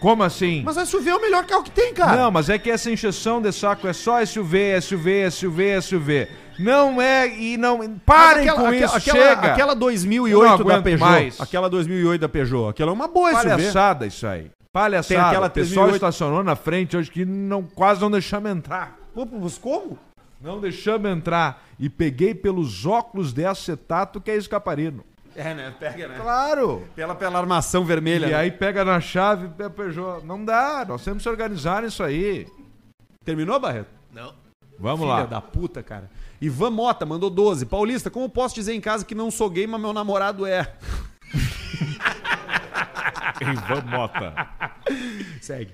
Como assim?
Mas a SUV é o melhor carro que tem, cara.
Não, mas é que essa injeção de saco é só SUV, SUV, SUV, SUV. Não é e não.
Mas
Parem com isso,
aquela,
chega!
aquela
Eu
2008
não
da
aguento
Peugeot.
mais.
Aquela 2008 da Peugeot. Aquela é uma boa SUV.
Palhaçada isso aí. Palhaçada.
Tem aquela
o pessoal
3008.
estacionou na frente hoje que não, quase não deixamos entrar.
Pô, mas como?
Não deixamos entrar. E peguei pelos óculos de acetato que é escaparino.
É, né? Pega, né?
Claro!
Pela, pela armação vermelha.
E
né?
aí pega na chave, pe- Peugeot. Não dá, nós temos que se organizar nisso aí.
Terminou, Barreto?
Não.
Vamos
Filha
lá.
da puta, cara. Ivan Mota mandou 12. Paulista, como posso dizer em casa que não sou gay, mas meu namorado é? [LAUGHS]
Ivan Mota.
Segue.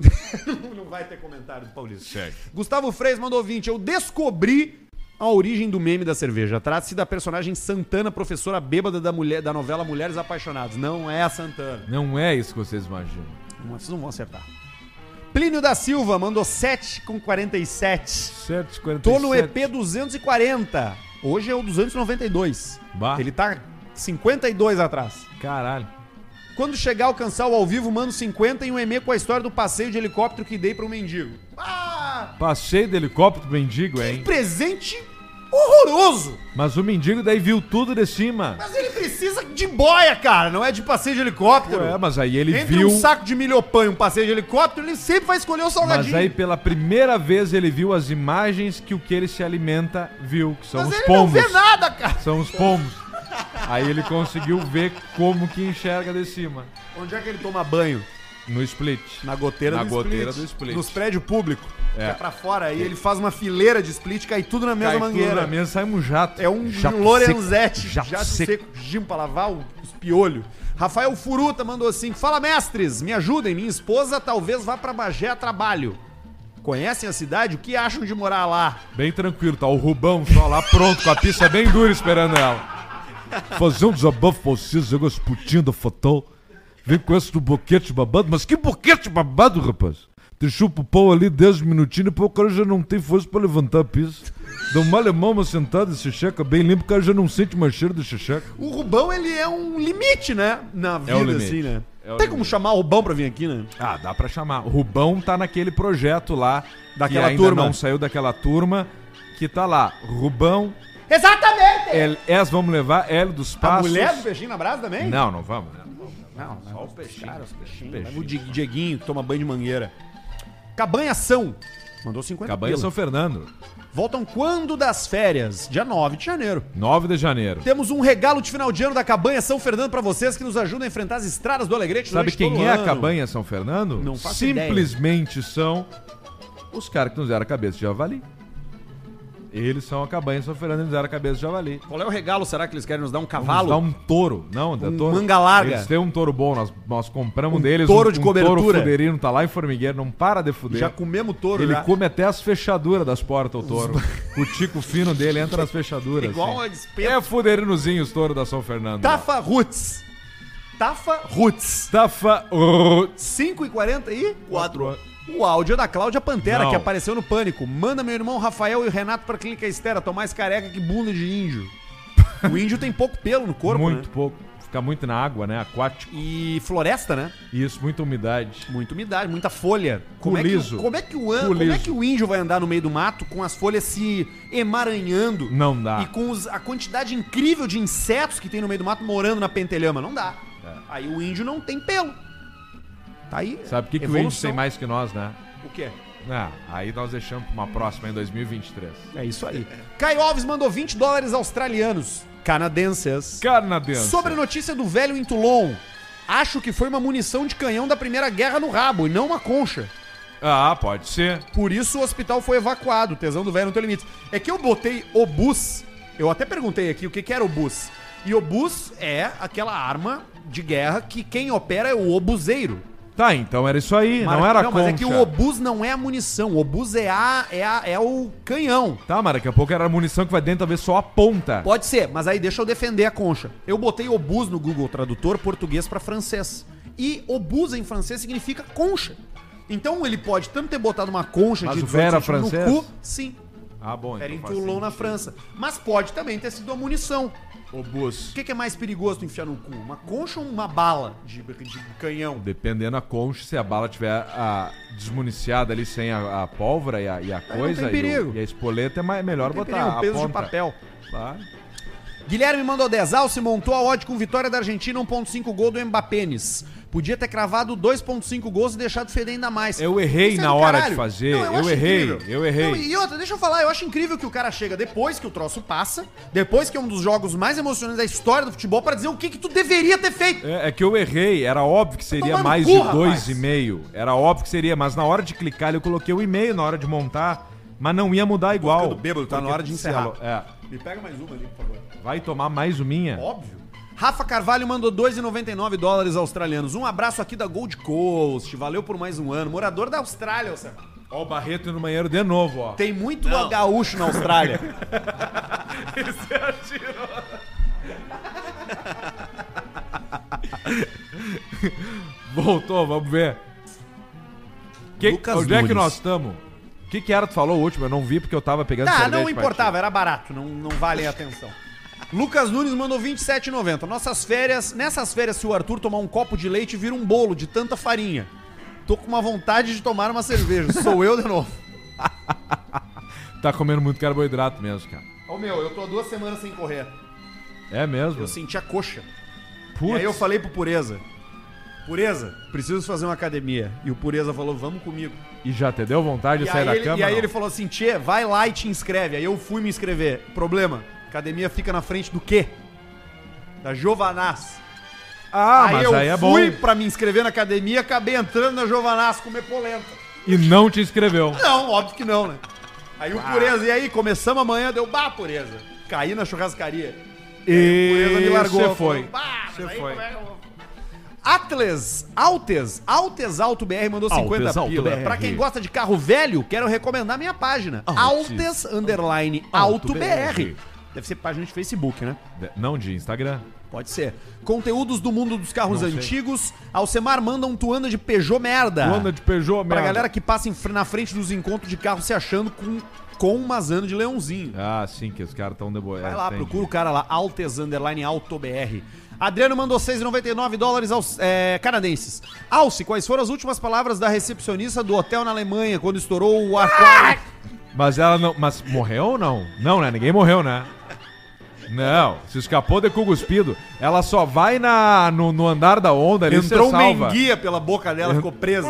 [LAUGHS] não vai ter comentário do Paulista.
Segue.
Gustavo Freis mandou 20. Eu descobri a origem do meme da cerveja. Trata-se da personagem Santana, professora bêbada da, mulher, da novela Mulheres Apaixonadas. Não é a Santana.
Não é isso que vocês imaginam.
Não, Vocês não vão acertar. Plínio da Silva mandou 7 com 47.
747.
Tô no EP 240. Hoje é o 292.
Bah.
Ele tá 52 atrás.
Caralho.
Quando chegar a alcançar o ao vivo, mando 50 e um e-mail com a história do passeio de helicóptero que dei para um mendigo. Ah!
Passei de helicóptero pro mendigo, hein?
Presente horroroso!
Mas o mendigo daí viu tudo de cima.
Mas ele precisa de boia, cara, não é de passeio de helicóptero.
Ué, É, mas aí ele
Entre
viu.
um saco de milhopan e um passeio de helicóptero, ele sempre vai escolher o salgadinho.
Mas aí pela primeira vez ele viu as imagens que o que ele se alimenta viu, que são
Mas
os
ele não
pombos.
vê nada, cara.
São os pombos. Aí ele conseguiu ver como que enxerga de cima.
Onde é que ele toma banho?
No split.
Na goteira,
Na
do,
goteira
split.
do split.
Nos prédios públicos.
É.
Que é pra fora. Aí ele faz uma fileira de split, cai tudo na mesma
Cai tudo
mangueira.
na mesa, sai um jato.
É um,
Jato
um Lorenzetti.
seco, Jato,
Jato
seco.
seco. Gimo pra lavar o- os piolhos. Rafael Furuta mandou assim: Fala, mestres, me ajudem. Minha esposa talvez vá pra Bagé a trabalho. Conhecem a cidade? O que acham de morar lá?
Bem tranquilo, tá o Rubão só lá pronto, com a pista bem dura esperando ela. Fazer um desabafo pra vocês, eu gosto putinho da fotão. Vem com esse do boquete babado, mas que boquete babado, rapaz? Deixou o pau ali 10 minutinhos, e pô, o cara já não tem força pra levantar a pista. Dá um uma alemão, uma sentada, se checa bem limpo, o cara já não sente mais cheiro de xixeca.
O Rubão, ele é um limite, né? Na vida,
É o limite.
assim, né?
É o
Tem como chamar o Rubão pra vir aqui, né?
Ah, dá pra chamar. O Rubão tá naquele projeto lá,
Daquela
que ainda
turma.
não saiu daquela turma, que tá lá. Rubão,
Exatamente!
El, Es, vamos levar, Hélio dos
A
Passos.
mulher do peixinho na brasa também?
Não, não vamos, né?
Não, não. Só o peixinho. Cara, os peixinhos.
peixinho.
Leva O Di- Dieguinho que toma banho de mangueira. Cabanhação. Mandou 50
Cabanha
pila.
São Fernando,
Voltam quando das férias? Dia 9 de janeiro.
9 de janeiro.
Temos um regalo de final de ano da Cabanha São Fernando pra vocês que nos ajuda a enfrentar as estradas do Alegrete
Sabe
durante
quem
todo
é
o ano.
a Cabanha São Fernando?
Não faço
Simplesmente são os caras que nos deram a cabeça de javali. Eles são a Cabanha São Fernando e nos deram a cabeça de javali.
Qual é o regalo? Será que eles querem nos dar um
Nos dá
cavalo?
um touro. Não, dá
Um
touro.
manga larga.
Eles têm um touro bom, nós, nós compramos um deles.
touro de
um touro
cobertura.
fuderino, tá lá em formigueiro, não para de fuder.
Já né? comemos touro,
Ele
já.
come até as fechaduras das portas, o touro. O tico fino dele entra
[LAUGHS]
nas fechaduras.
Igual a Tá
assim.
despesa.
É fuderinozinho os touro da São Fernando. né?
Tafa Roots. Tafa Roots.
Tafa.
5 e 40 e...
Quatro.
O áudio é da Cláudia Pantera,
Não.
que apareceu no Pânico. Manda meu irmão Rafael e o Renato pra Clínica Estera. Tô mais careca que bunda de índio. O índio tem pouco pelo no corpo,
muito
né?
pouco. Fica muito na água, né? Aquático.
E floresta, né?
Isso, muita umidade.
Muita umidade, muita folha.
Cu
Como é, que,
liso.
como, é que o an-
Cu
como é
liso.
que o índio vai andar no meio do mato com as folhas se emaranhando?
Não dá.
E com os- a quantidade incrível de insetos que tem no meio do mato morando na pentelhama? Não dá.
É.
Aí o índio não tem pelo. Tá aí.
Sabe o que, que o
evolução.
índio tem mais que nós, né?
O quê?
Ah, aí nós deixamos pra uma próxima em 2023.
É isso aí. Caio Alves mandou 20 dólares australianos. Canadenses.
Canadense.
Sobre a notícia do velho em Toulon. Acho que foi uma munição de canhão da Primeira Guerra no rabo e não uma concha.
Ah, pode ser.
Por isso o hospital foi evacuado. Tesão do velho não tem limites. É que eu botei obus Eu até perguntei aqui o que, que era obus. E obus é aquela arma de guerra que quem opera é o obuseiro.
Tá, então era isso aí, não
Mara-
era
Não,
concha.
mas é que o obus não é a munição. O obus é, a, é, a- é o canhão.
Tá, mas daqui a pouco era a munição que vai dentro, talvez só a ponta.
Pode ser, mas aí deixa eu defender a concha. Eu botei obus no Google Tradutor português pra francês. E obus em francês significa concha. Então ele pode tanto ter botado uma concha
Mas o
dezoito
Vera
centímetros
francês?
sim.
Ah, bom.
Era em
faz
Toulon, na
sentido.
França. Mas pode também ter sido a munição. O
Obus.
que, que é mais perigoso tu enfiar no cu? Uma concha ou uma bala de, de canhão?
Dependendo da concha, se a bala tiver a, desmuniciada ali sem a, a pólvora e a, e a
tem
coisa, e, o-
perigo.
e a espoleta, é mais, melhor
Tem
botar a
peso
ponta.
de papel.
Claro.
Guilherme mandou 10. Alce montou a odd com vitória da Argentina, 1.5 gol do Mbappénis. Podia ter cravado 2.5 gols e deixado feder ainda mais.
Eu errei
Isso é
na
do
hora
caralho.
de fazer.
Não,
eu,
acho
errei,
incrível.
eu errei.
Não, e outra, deixa eu falar, eu acho incrível que o cara chega depois que o troço passa, depois que é um dos jogos mais emocionantes da história do futebol, pra dizer o que que tu deveria ter feito.
É, é que eu errei, era óbvio que seria
tomando
mais
cu,
de
rapaz.
dois e meio. Era óbvio que seria, mas na hora de clicar ali eu coloquei o e-mail na hora de montar, mas não ia mudar igual.
ficando bêbado, tá
Porque
na hora de encerrar.
se alo- É,
Me pega mais uma ali, por favor.
vai tomar mais uma minha?
Óbvio. Rafa Carvalho mandou 2,99 dólares australianos. Um abraço aqui da Gold Coast. Valeu por mais um ano. Morador da Austrália, você.
Ó o Barreto no banheiro de novo, ó.
Tem muito
Não.
gaúcho na Austrália.
Voltou, vamos ver. Que-
Lucas
onde é que
Nunes.
nós estamos? O que, que era que tu falou o último? Eu não vi porque eu tava pegando
Tá,
cerveja
não
pra
importava, era barato, não, não vale a atenção. Lucas Nunes mandou 27,90. Nossas férias, nessas férias, se o Arthur tomar um copo de leite, vira um bolo de tanta farinha. Tô com uma vontade de tomar uma [LAUGHS] cerveja. Sou eu de novo.
ti. Tá comendo muito carboidrato mesmo, cara.
Ô meu, eu tô há duas semanas sem correr.
É mesmo?
Eu senti a coxa. E
Putz.
aí eu falei pro Pureza. Pureza, preciso fazer uma academia. E o Pureza falou, vamos comigo.
E já te deu vontade
E
de sair
aí,
da
ele,
cama?
e aí
não?
ele falou assim, Tchê, vai lá e te inscreve. Aí eu fui me inscrever. Problema, academia fica na frente do quê? Da Giovanás.
Ah,
aí
mas
eu
aí é bom.
fui pra me inscrever na academia, acabei entrando na Giovanás comer polenta.
E não te inscreveu.
Não, óbvio que não, né? Aí
Ah.
o Pureza, e aí, começamos amanhã, deu, bah, Pureza. Caí na churrascaria.
E
Pureza É, me largou.
você foi.
Falou, "Bah,
Você
aí
foi.
como é que eu vou?" Atlas, Altes, Altes Alto BR mandou 50
Altes Alto
pila.
BR.
Pra quem gosta de carro velho, quero recomendar minha página.
Altes
Altes, underline,
Alto
Alto BR.
BR.
Deve ser página de Facebook, né?
De- Não de Instagram.
Pode ser. Conteúdos do mundo dos carros
Não sei.
antigos. Alcemar manda um tuanda de Peugeot merda.
Tu anda Ah. de Peugeot,
Pra
merda.
galera que passa em fr- na frente dos encontros de carro se achando com, com um mazano de leãozinho.
Ah, sim, que os caras tão de boa.
Vai
é,
lá,
entendi.
procura o cara lá, Altes Underline Auto BR. Adriano mandou 6,99 dólares aos é, canadenses. Alce, quais foram as últimas palavras da recepcionista do hotel na Alemanha quando estourou o aquário?
Ah! Mas ela não. Mas morreu ou não? Não, né? Ninguém morreu, né? Não, se escapou de cu cuspido. Ela só vai na, no, no andar da onda, ali
Entrou
você
um
salva.
menguia pela boca dela, ficou
[LAUGHS]
presa.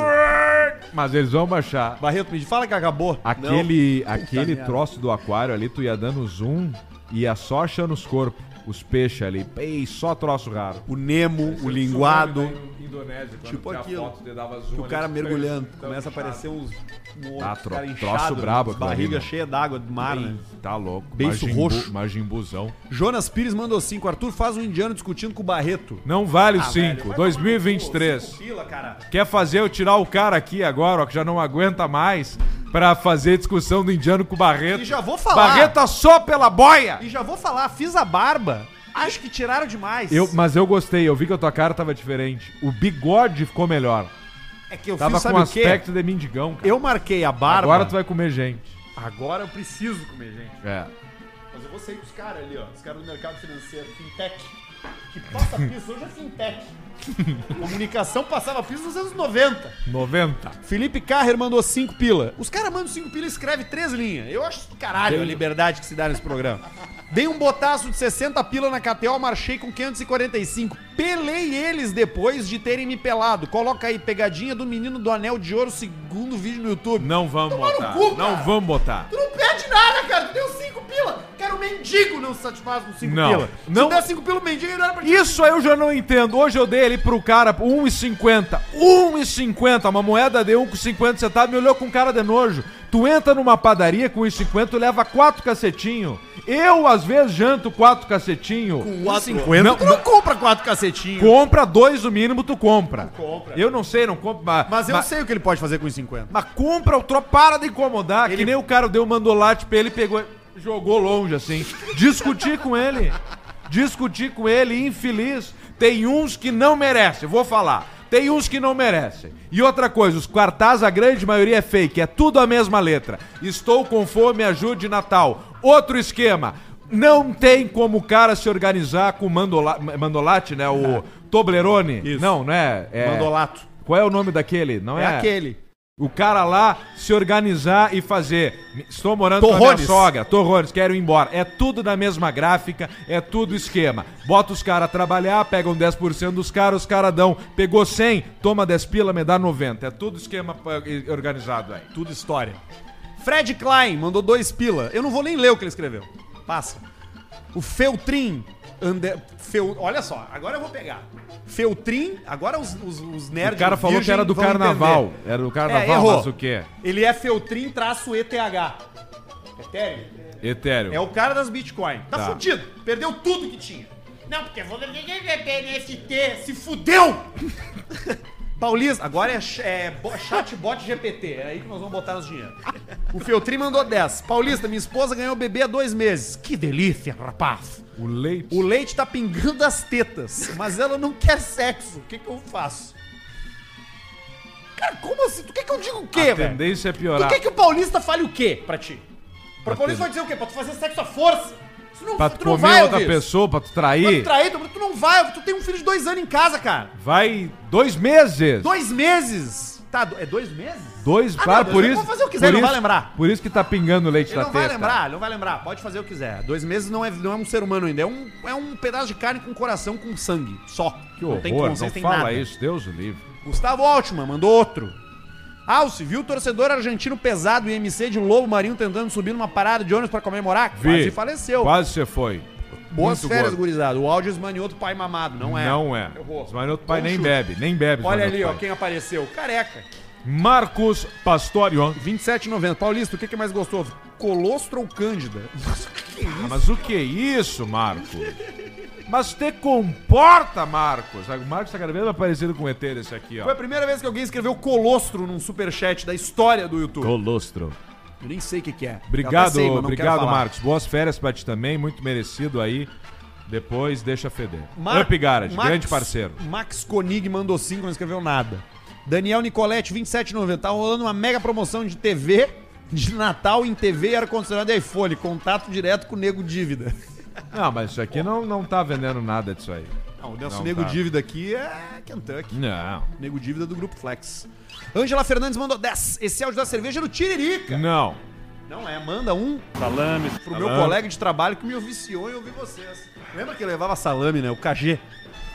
Mas eles vão baixar.
Barreto, me fala que acabou.
Aquele, aquele
merda.
troço do aquário ali, tu ia dando zoom e ia só achando os corpos, os peixes ali. Ei, só troço raro.
O
é
Nemo, o linguado.
né? Indonésia, quando
Tipo
tinha
aquilo.
foto, tu dava zoom
Que o
ali,
cara
os
mergulhando,
peixes tão
começa a
inchados.
aparecer uns, um
Ah,
outro
tá tro-
cara
troço brabo aquilo ali,
barriga
né?
cheia d'água do mar, né?
Tá louco.
Beiço
Majimbu-
roxo.
Majimbuzão.
Jonas Pires mandou 5. Arthur faz um indiano discutindo com o Barreto.
Não vale o
Ah, velho,
5,
vai
2023.
Cinco pila, cara.
Quer fazer eu tirar o cara aqui agora, ó, que já não aguenta mais, pra fazer discussão do indiano com o Barreto.
E já vou falar.
Barreto tá só pela boia!
E já vou falar, fiz a barba. Acho que tiraram demais.
Eu, mas eu gostei, eu vi que a tua cara tava diferente. O bigode ficou melhor.
é que eu
Tava
fiz,
com
sabe
um
o quê?
aspecto de mendigão, cara.
Eu marquei a barba.
Agora tu vai comer gente.
Agora eu preciso comer, gente.
É.
Mas eu vou sair com os caras ali, ó. Os caras do mercado financeiro, fintech. Que passa piso, hoje é
[LAUGHS]
fintech. Comunicação passava piso nos anos 90.
90.
Felipe Carrer mandou 5 pila. Os caras mandam 5 pila e escrevem 3 linhas. Eu acho do caralho a liberdade que se dá nesse programa. Dei um botaço de 60 pila na KTO, marchei com 545. Pelei eles depois de terem me pelado. Coloca aí, pegadinha do menino do anel de ouro, segundo vídeo no YouTube.
Não vamos
Tomar no
botar.
cu,
não
cara.
vamos botar.
Tu não pede nada, cara. Tu deu 5 pila. Quero meio mendigo não se satisfaz com 5
Não.
pila.
Não.
Se der 5 pila, o mendigo ele olha pra ti.
Isso aí eu já não entendo. Hoje eu dei ali pro cara 1,50. 1,50. Uma moeda de 1,50 centavos me olhou com cara de nojo. Tu entra numa padaria com 1,50 leva quatro cacetinho. Eu, às vezes, janto quatro cacetinho.
Quatro.
Não, tu não compra quatro cacetinhos.
Compra dois, o mínimo tu compra. Eu não sei, não compro. Mas,
Mas eu sei o que ele pode fazer com os 50.
mas compra o troço, para de incomodar. Que
Ele-
nem o cara deu um mandolate pra ele, pegou, jogou longe assim. Discuti com ele. Discuti com ele, infeliz. Tem uns que não merecem, vou falar. Tem uns que não merecem. E outra coisa, os cartazes, a grande maioria é fake, é tudo a mesma letra. Estou com fome, ajude Natal. Outro esquema. Não tem como o cara se organizar com o mandola, mandolate, né?
É.
O Toblerone. Não, não é, é-
Mandolato.
Qual é o nome daquele? Não
É,
é,
aquele.
o cara lá se organizar e fazer. Estou morando com a
Torrones.
minha sogra, Torrones, quero ir embora. É tudo na mesma gráfica, é tudo esquema. Bota os caras a trabalhar, um pegam 10% dos caras, os caras dão. Pegou 100, toma 10 pila, me dá 90. É tudo esquema pa- e- organizado aí.
Tudo história. Fred Klein mandou dois pila. Eu não vou nem ler o que ele escreveu. Passa. O Feltrin. Ande... Fel... Olha só, agora eu vou pegar. Feltrin, agora os, os, os nerds.
O cara falou
virgem
que era do
vão
carnaval.
entender.
Era do
É,
carnaval,
errou.
mas o quê?
Ele é Feltrin traço ETH. É Ethereum.
Etéreo.
É o cara das Bitcoin. Tá,
Tá.
fudido. Perdeu tudo que tinha. Não, porque eu vou NFT. Se fudeu! [LAUGHS] Paulista, agora é, ch- é bo- chatbot GPT. É aí que nós vamos botar nosso dinheiro. O Feltrin mandou 10. Paulista, minha esposa ganhou bebê há dois meses. Que delícia, rapaz.
O leite.
O leite tá pingando as tetas, mas ela não quer sexo. O que, que eu faço? Cara, como assim? Tu quer que eu diga o quê,
a
velho?
tendência é
Tu
piorar.
quer que o paulista fale o quê pra ti? Pra
Pra
o paulista
ter-
vai dizer o quê? Pra tu fazer sexo à força? Isso não,
Pra
tu
tu
não
comer outra
ouvir isso.
pessoa, pra tu
Pra tu
trair.
trair, tu, tu não vai, ouvir. tu tem um filho de dois anos em casa, cara.
Vai dois meses.
Dois meses. Tá, do- é dois meses?
Dois,
Ah,
claro,
não,
por
eu
isso.
vou fazer o que quiser,
por
não vai
isso-
lembrar.
Por isso que tá pingando o leite
Ele
da
não
teta.
vai lembrar, ele não vai lembrar. Pode fazer o que quiser. Dois meses não é, não é um ser humano ainda. É um, é um pedaço de carne com coração, com sangue. Só.
Que horror,
tem
não,
consciência, tem
fala
nada.
isso, Deus o livre.
Gustavo Altman mandou outro. Alce, viu o torcedor argentino pesado e MC de Lobo Marinho tentando subir numa parada de ônibus pra comemorar? Quase
Vi.
faleceu.
Quase você foi.
Boas
Muito
férias,
gordo.
gurizada. O áudio esmanhoto pai mamado, não é?
Não é.
Errou.
Esmanhoto Pai
Bom
nem
um chute.
bebe, nem bebe.
Olha
Esmanhoto
ali, ó,
Pai.
quem apareceu. Careca.
Marcos Pastorion.
27,90. Paulista, o que, que mais gostou? Colostro ou
[LAUGHS]
Cândida? Nossa, o que, que é
Ah,
isso?
mas o que é
[LAUGHS]
isso, Marcos? Mas te comporta, Marcos. O Marcos tá cada vez mais parecido com o ET esse aqui,
Foi
ó.
a primeira vez que alguém escreveu colostro num superchat da história do YouTube.
Colostro.
Eu nem sei o que, que é. Eu até
Obrigado,
sei, mas não quero
obrigado,
falar.
Marcos. Boas férias pra ti também, muito merecido aí. Depois deixa feder.
Mar-
Up Garage,
Max-
grande parceiro.
Max Konig mandou 5, não escreveu nada. Daniel Nicoletti, 27,90. Tá rolando uma mega promoção de TV de Natal em TV e ar-condicionado e iPhone. Contato direto com o Nego Dívida.
Não, mas isso aqui não, não tá vendendo nada disso aí.
Não, o nosso
Não,
Nego
tá.
Dívida aqui é Kentucky.
Não.
Nego Dívida do Grupo Flex. Ângela Fernandes mandou 10. Esse áudio da cerveja é do Tiririca.
Não.
Não é, manda um
Salames.
pro meu colega de trabalho que me viciou em ouvir vocês. Lembra que levava salame, né? O KG.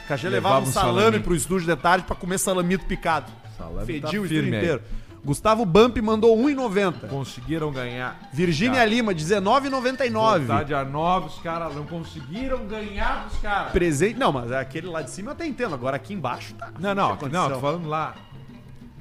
O KG levava,
Levava
um
um
salame,
salame.
pro estúdio de tarde pra comer salamito picado.
Salame
Fediu
tá
o estúdio
firme aí.
inteiro. Gustavo Bump mandou 1,90.
Conseguiram ganhar.
Virgínia Lima, R$19,99.
Tá. Vontade a nova, os caras não conseguiram ganhar dos caras.
Presente. Não, mas é aquele lá de cima eu até entendo. Agora aqui embaixo tá.
Não, não,
tinha
aqui- não,
condição.
tô falando lá.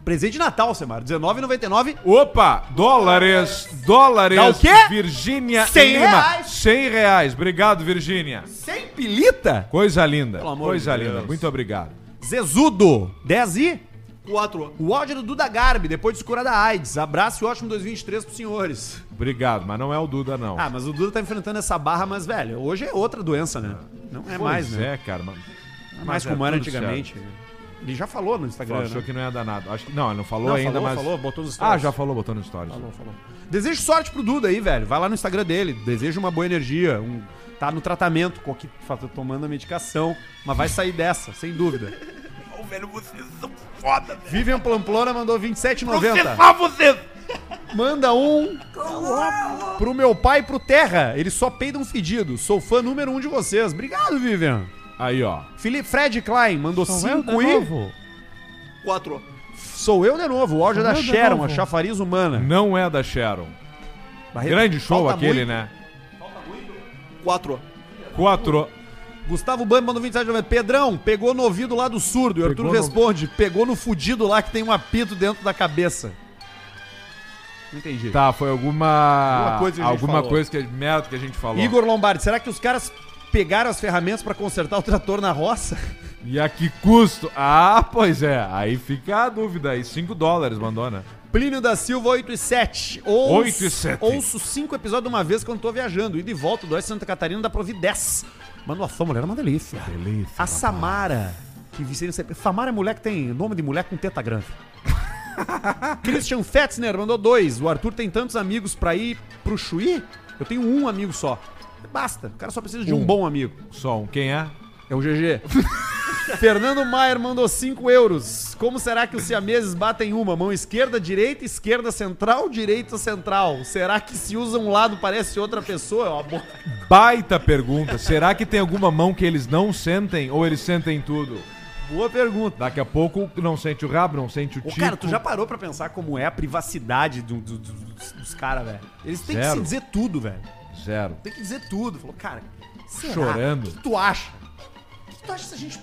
Presente de Natal, Semar. R$19,99.
Opa, dólares, dólares.
Dá o quê?
Virgínia
Cem
Lima.
reais.
100 reais. Obrigado, Virgínia.
Sem pilita?
Coisa linda.
Pelo amor
Coisa
de Deus.
linda. Muito obrigado.
Zezudo, 10 e.
Quatro.
O áudio do Duda Garbi, depois de curar da AIDS. Abraço e ótimo 2023 pros senhores.
Obrigado, mas não é o Duda, não.
Ah, mas o Duda tá enfrentando essa barra, mas, velho, hoje é outra doença, né? Não é
Pois
mais, né?
É, cara. Mas...
Não é mais
mas é
como era
tudo
antigamente. Ele já falou no Instagram.
Achou
né?
que não ia dar nada. Acho que... Não, ele não falou
Não,
ainda,
falou,
mas.
falou, botou nos
Ah,
stories.
já falou, botou no stories.
Desejo sorte pro Duda aí, velho. Vai lá no Instagram dele. Desejo uma boa energia. um- Tá no tratamento, co- que- fa- tá tomando a medicação. Mas vai sair dessa, sem dúvida.
Ô, velho, vocês são foda, velho.
Vivian Plamplona mandou 27,90.
vocês!
Manda um pro meu pai e pro Terra. Eles só peidam fedido. Sou fã número um de vocês. Obrigado, Vivian.
Aí, ó.
Felipe Fred Klein mandou
é
5 e.
Quatro.
Sou eu de novo. O áudio é da Sharon, a chafariz humana.
Não é da Sharon. Grande show
Falta
aquele,
muito.
né?
Quatro.
4.
Gustavo Bambi mandou 27 90. Pedrão, pegou no ouvido lá do surdo. E o Arthur
Pegou no-
responde, pegou no fudido lá que tem um apito dentro da cabeça. Não entendi.
Tá, foi alguma.
Alguma coisa que a gente
alguma
falou.
coisa que merda que a gente falou.
Igor Lombardi, será que os caras pegaram as ferramentas pra consertar o trator na roça?
E a que custo? Ah, pois é. Aí fica a dúvida aí. 5 dólares, né? Mandona.
Plínio da Silva, 8 e 7. Ouço,
8 e 7.
Ouço 5 episódios de uma vez quando tô viajando. Ida e volta, do Oeste de Santa Catarina, dá pra ouvir 10. Manda uma fã, mulher, é uma delícia.
Delícia.
A Samara, que Vicente sempre... Samara é mulher que tem nome de mulher com
[LAUGHS]
tetagrama. Christian Fetzner mandou dois. O Arthur tem tantos amigos pra ir pro Chuí? Eu tenho um amigo só. Basta, o cara só precisa de um bom amigo.
Só um. Quem é?
É o GG. [LAUGHS] Fernando Maier mandou 5 euros. Como será que os siameses batem uma? Mão esquerda, direita, esquerda, central, direita, central. Será que se usa um lado parece outra pessoa? É uma boa-
Baita pergunta. Será que tem alguma mão que eles não sentem ou eles sentem tudo?
boa pergunta.
Daqui a pouco não sente o rabo, não sente o
Ô,
tico.
cara, tu já parou pra pensar como é a privacidade do- do- do- dos, dos caras, velho? Eles têm que
Zero.
se dizer tudo, velho.
Zero.
Tem que dizer tudo. Falou, cara, será?
Chorando.
O que, que tu acha? O que, que tu acha se a gente...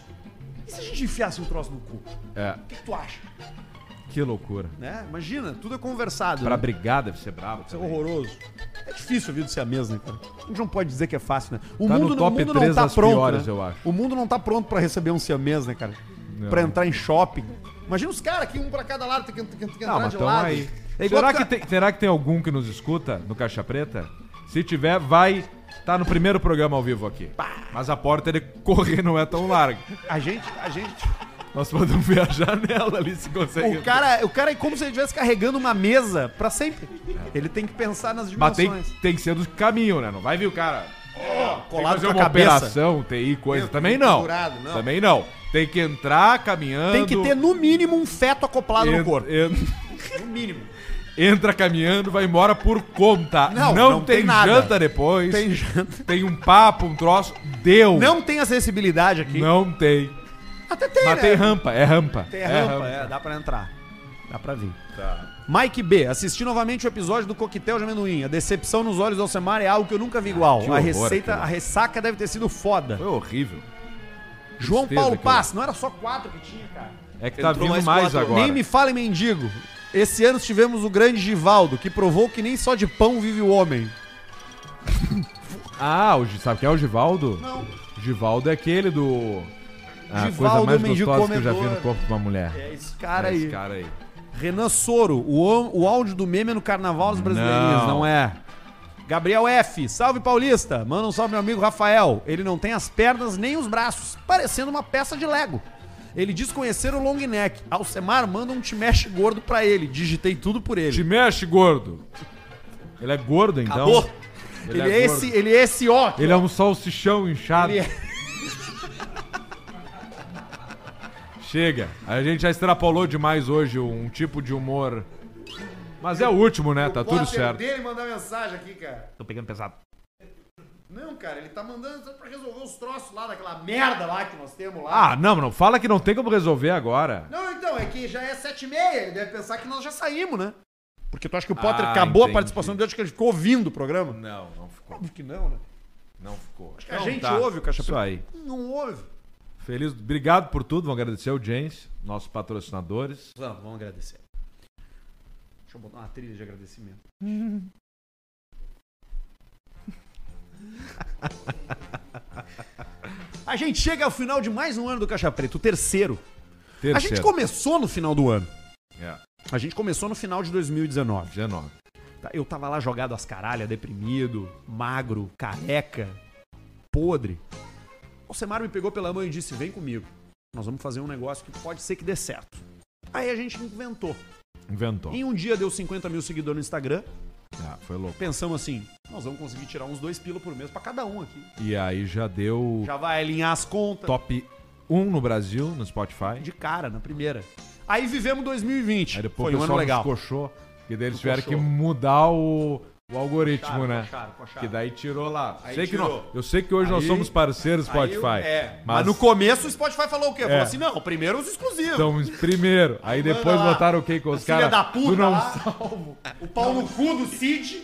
E se a gente enfiasse um troço no cu? O
É,
que, que tu acha?
que loucura.
Né? Imagina, tudo é conversado. né?
Pra brigar deve ser brabo.
Isso é
também.
horroroso. É difícil a vida ser a mesma, né, cara? A gente não pode dizer que é fácil, né? O
Tá no
mundo, não-
top
o mundo não
três
tá
das
pronto,
piores,
né?
eu acho.
O mundo não tá pronto pra receber um siamês, né, cara?
Não.
Pra entrar em shopping. Imagina os caras aqui, um pra cada lado, tem que, tem que- tem que
Não,
entrar
mas
de
tamo
lado.
aí.
É igual
Será
tu-
que, tem, será que tem algum que nos escuta no Caixa Preta? Se tiver, vai. Tá no primeiro programa ao vivo aqui. Mas a porta de correr não é tão larga.
A gente, a gente...
Nós podemos viajar [LAUGHS] nela ali se consegue.
O cara, o cara é como se ele estivesse carregando uma mesa pra sempre. Ele tem que pensar nas
Mas tem,
dimensões.
tem que ser do caminho, né? Não vai vir o cara.
Colado
fazer
com a
uma
cabeça.
operação, TI, coisa. Também não.
pendurado, não.
Também não. Tem que entrar caminhando.
Tem que ter, no mínimo, um feto acoplado
en-
no corpo.
en- [LAUGHS]
No mínimo.
entra caminhando, vai embora por conta.
Não,
Não,
não
tem,
tem nada.
janta depois.
Tem janta.
Tem um papo, um troço. Deu.
Não tem acessibilidade aqui.
Não tem.
Até tem, né?
Mas tem rampa, é Tá. rampa.
Tem rampa, é, dá pra entrar. Dá pra vir. Mike B, assisti novamente o episódio do coquetel de amendoim. A decepção nos olhos do Alcemar é algo que eu nunca vi igual.
Ah, que
a
horror
receita,
aquilo.
a ressaca deve ter sido foda.
Foi horrível.
João
tristeza
Paulo
aquilo.
Pass, não era só quatro que tinha, cara.
É que tá
Entrou
vindo
mais
mais,
quatro.
agora.
Nem me fale mendigo. Esse ano tivemos o grande Givaldo, que provou que nem só de pão vive o homem.
Ah, o, Gi- sabe quem é o Givaldo? Não. Givaldo é aquele do. Ah, A
Givaldo,
coisa mais
mendigo
gostosa que eu já vi
comedor.
no corpo de uma mulher.
É esse cara
É
aí.
Esse cara aí.
Renan Soro, o, on- o áudio do meme é no Carnaval dos Brasileirinhos, não.
Não.
é? Gabriel F, salve Paulista, manda um salve meu amigo Rafael. Ele não tem as pernas nem os braços, parecendo uma peça de Lego. Ele diz conhecer o long neck. Alcemar manda um te mexe gordo pra ele. Digitei tudo por ele.
Te mexe, gordo. Ele é gordo, então.
Acabou.
Ele,
Ele,
é,
é
gordo.
esse, ele é esse ó.
Ele é um salsichão inchado.
Ele é-
Chega. A gente já extrapolou demais hoje um tipo de humor. Mas é o último, né? Tá tudo certo.
dele mandar mensagem aqui, cara. Tô pegando pesado. Não, cara, ele tá mandando só pra resolver os troços lá daquela merda lá que nós temos lá.
Ah, não, não. Fala que não tem como resolver agora.
Não, então, é que já é sete e meia, ele deve pensar que nós já saímos, né? Porque tu acha que o Potter
Ah,
acabou a
entendi.
participação dele, acho que ele ficou ouvindo o programa?
Não, não ficou.
Óbvio que não, né?
Não ficou. Então tá. Acho
que a gente ouve o Caixa
Isso
Preta.
aí.
Não houve.
Feliz. Obrigado por tudo. Vamos agradecer a audiência, nossos patrocinadores.
Vamos, vamos agradecer. Deixa eu botar uma trilha de agradecimento. [LAUGHS] a gente chega ao final de mais um ano do Caixa Preta, o terceiro.
Terceiro.
A gente começou no final do ano.
É,
A gente começou no final de 2019.
19.
Tá, Eu tava lá jogado às caralhas, deprimido, magro, careca, podre. O Semar me pegou pela mão e disse: Vem comigo. Nós vamos fazer um negócio que pode ser que dê certo. Aí a gente inventou.
Inventou.
Em um dia deu 50 mil seguidores no Instagram.
Ah, foi louco.
Pensamos assim: nós vamos conseguir tirar uns dois pila por mês pra cada um aqui.
E aí já deu
Já vai alinhar as contas
top 1 no Brasil, no Spotify.
de cara na primeira. Aí vivemos 2020.
Aí depois
Foi
o
um ano
pessoal
legal.
descochou. E daí eles tiveram
Descochou.
que mudar o, O algoritmo,
Coxaram,
né?
coxaram, coxaram.
Que daí tirou lá.
Aí
sei que
tirou.
nós- eu sei que hoje nós
Aí-
somos parceiros
aí eu-
Spotify.
é,
Mas
mas
no começo o Spotify falou o quê? Falou
É.
assim, não, primeiro os exclusivos.
Então, primeiro. Aí depois
lá.
botaram o que com os
É Filha
caras?
da puta
Tu não
lá.
sabe.
o pau no cu do Cid,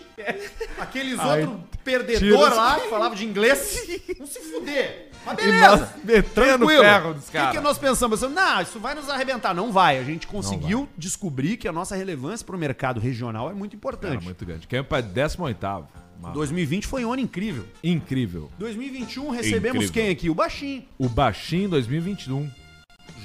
aqueles
Aí
outros perdedor
tira-
lá que falava de inglês. Não se fuder. Mas
E
beleza.
nós metendo o
Tranquilo.
ferro dos
O que, é que
caras.
nós pensamos? Pensamos, não, isso vai nos arrebentar. Não vai. A gente conseguiu descobrir que a nossa relevância pro mercado regional é muito
Era
importante.
muito grande. Caiu pra 18º. Uma-
2020 foi um ano incrível.
Incrível.
2021 recebemos
Incrível.
quem aqui? O Baixinho.
O Baixinho 2021.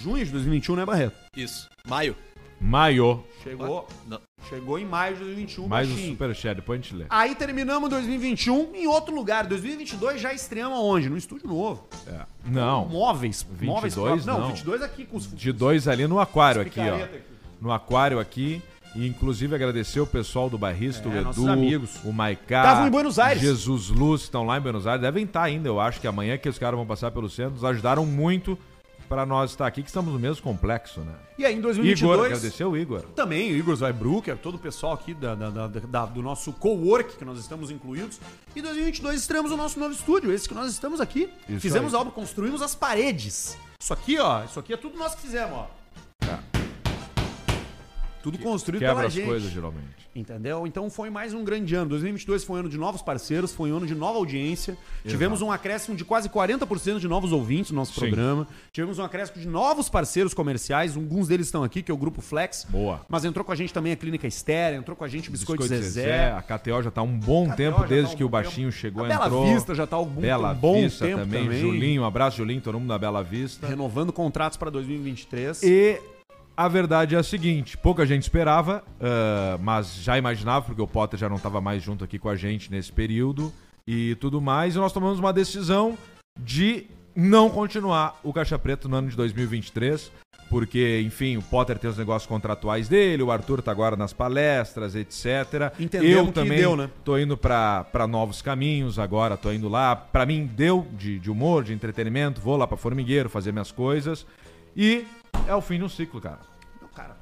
Junho de 2021, né, Barreto?
Isso. Maio.
Maior.
Chegou,
Não.
chegou em maio de 2021,
Mais um
Baixinho.
superchat, depois a gente lê.
Aí terminamos 2021 em outro lugar. 2022 já estreamos aonde? No estúdio novo.
É.
Ah,
Não,
Móveis. móveis
22
próprios.
não.
22 aqui com os
de dois ali no aquário aqui, ó.
picareta aqui.
No aquário aqui. E inclusive agradecer o pessoal do Barrista, o
É, nossos
Edu,
amigos.
o Maiká.
Estavam em Buenos Aires.
Jesus Luz, que estão lá em Buenos Aires. Devem estar ainda, eu acho que amanhã que os caras vão passar pelo centro. Nos ajudaram muito pra nós estar aqui, que estamos no mesmo complexo, né?
E aí em 2022...
Igor, agradecer o Igor.
Também o Igor Zweibrucker, todo o pessoal aqui da, da- da- da- do nosso co-work, que nós estamos incluídos. E em 2022 estreamos o nosso novo estúdio, esse que nós estamos aqui.
Isso
fizemos
aí.
a obra, construímos as paredes. Isso aqui, ó, isso aqui é tudo nós que fizemos, ó. Tudo construído
Tá. Quebra
pela
as
tá gente.
coisas, geralmente.
Entendeu? Então foi mais um grande ano. 2022 foi um ano de novos parceiros, foi um ano de nova audiência. Tivemos um acréscimo de quase 40% de novos ouvintes no nosso
Sim.
programa. Tivemos um acréscimo de novos parceiros comerciais. Alguns deles estão aqui, que é o Grupo Flex.
Boa.
Mas entrou com a gente também a Clínica Estéria, entrou com a gente o Biscoito,
Biscoito
Zezé.
A KTO já tá um bom tempo
já
desde
tá um
que o
bom
baixinho chegou,
A Bela
entrou.
Vista já tá há algum
Bela
tem- bom
Vista
tempo
também,
também.
Julinho, um abraço Julinho, todo mundo da Bela Vista.
Renovando contratos para 2023.
E a verdade é a seguinte: pouca gente esperava, ah, mas já imaginava, porque o Potter já não estava mais junto aqui com a gente nesse período e tudo mais. E nós tomamos uma decisão de não continuar o Caixa Preto no ano de 2023. Porque, enfim, o Potter tem os negócios contratuais dele, o Arthur tá agora nas palestras, etc.
Entendemos
Eu
que
também
deu, né?
tô indo pra pra novos caminhos agora, tô indo lá. Pra mim, deu de, de humor, de entretenimento, vou lá pra Formigueiro fazer minhas coisas. E é o fim de um ciclo, cara.
Não, cara,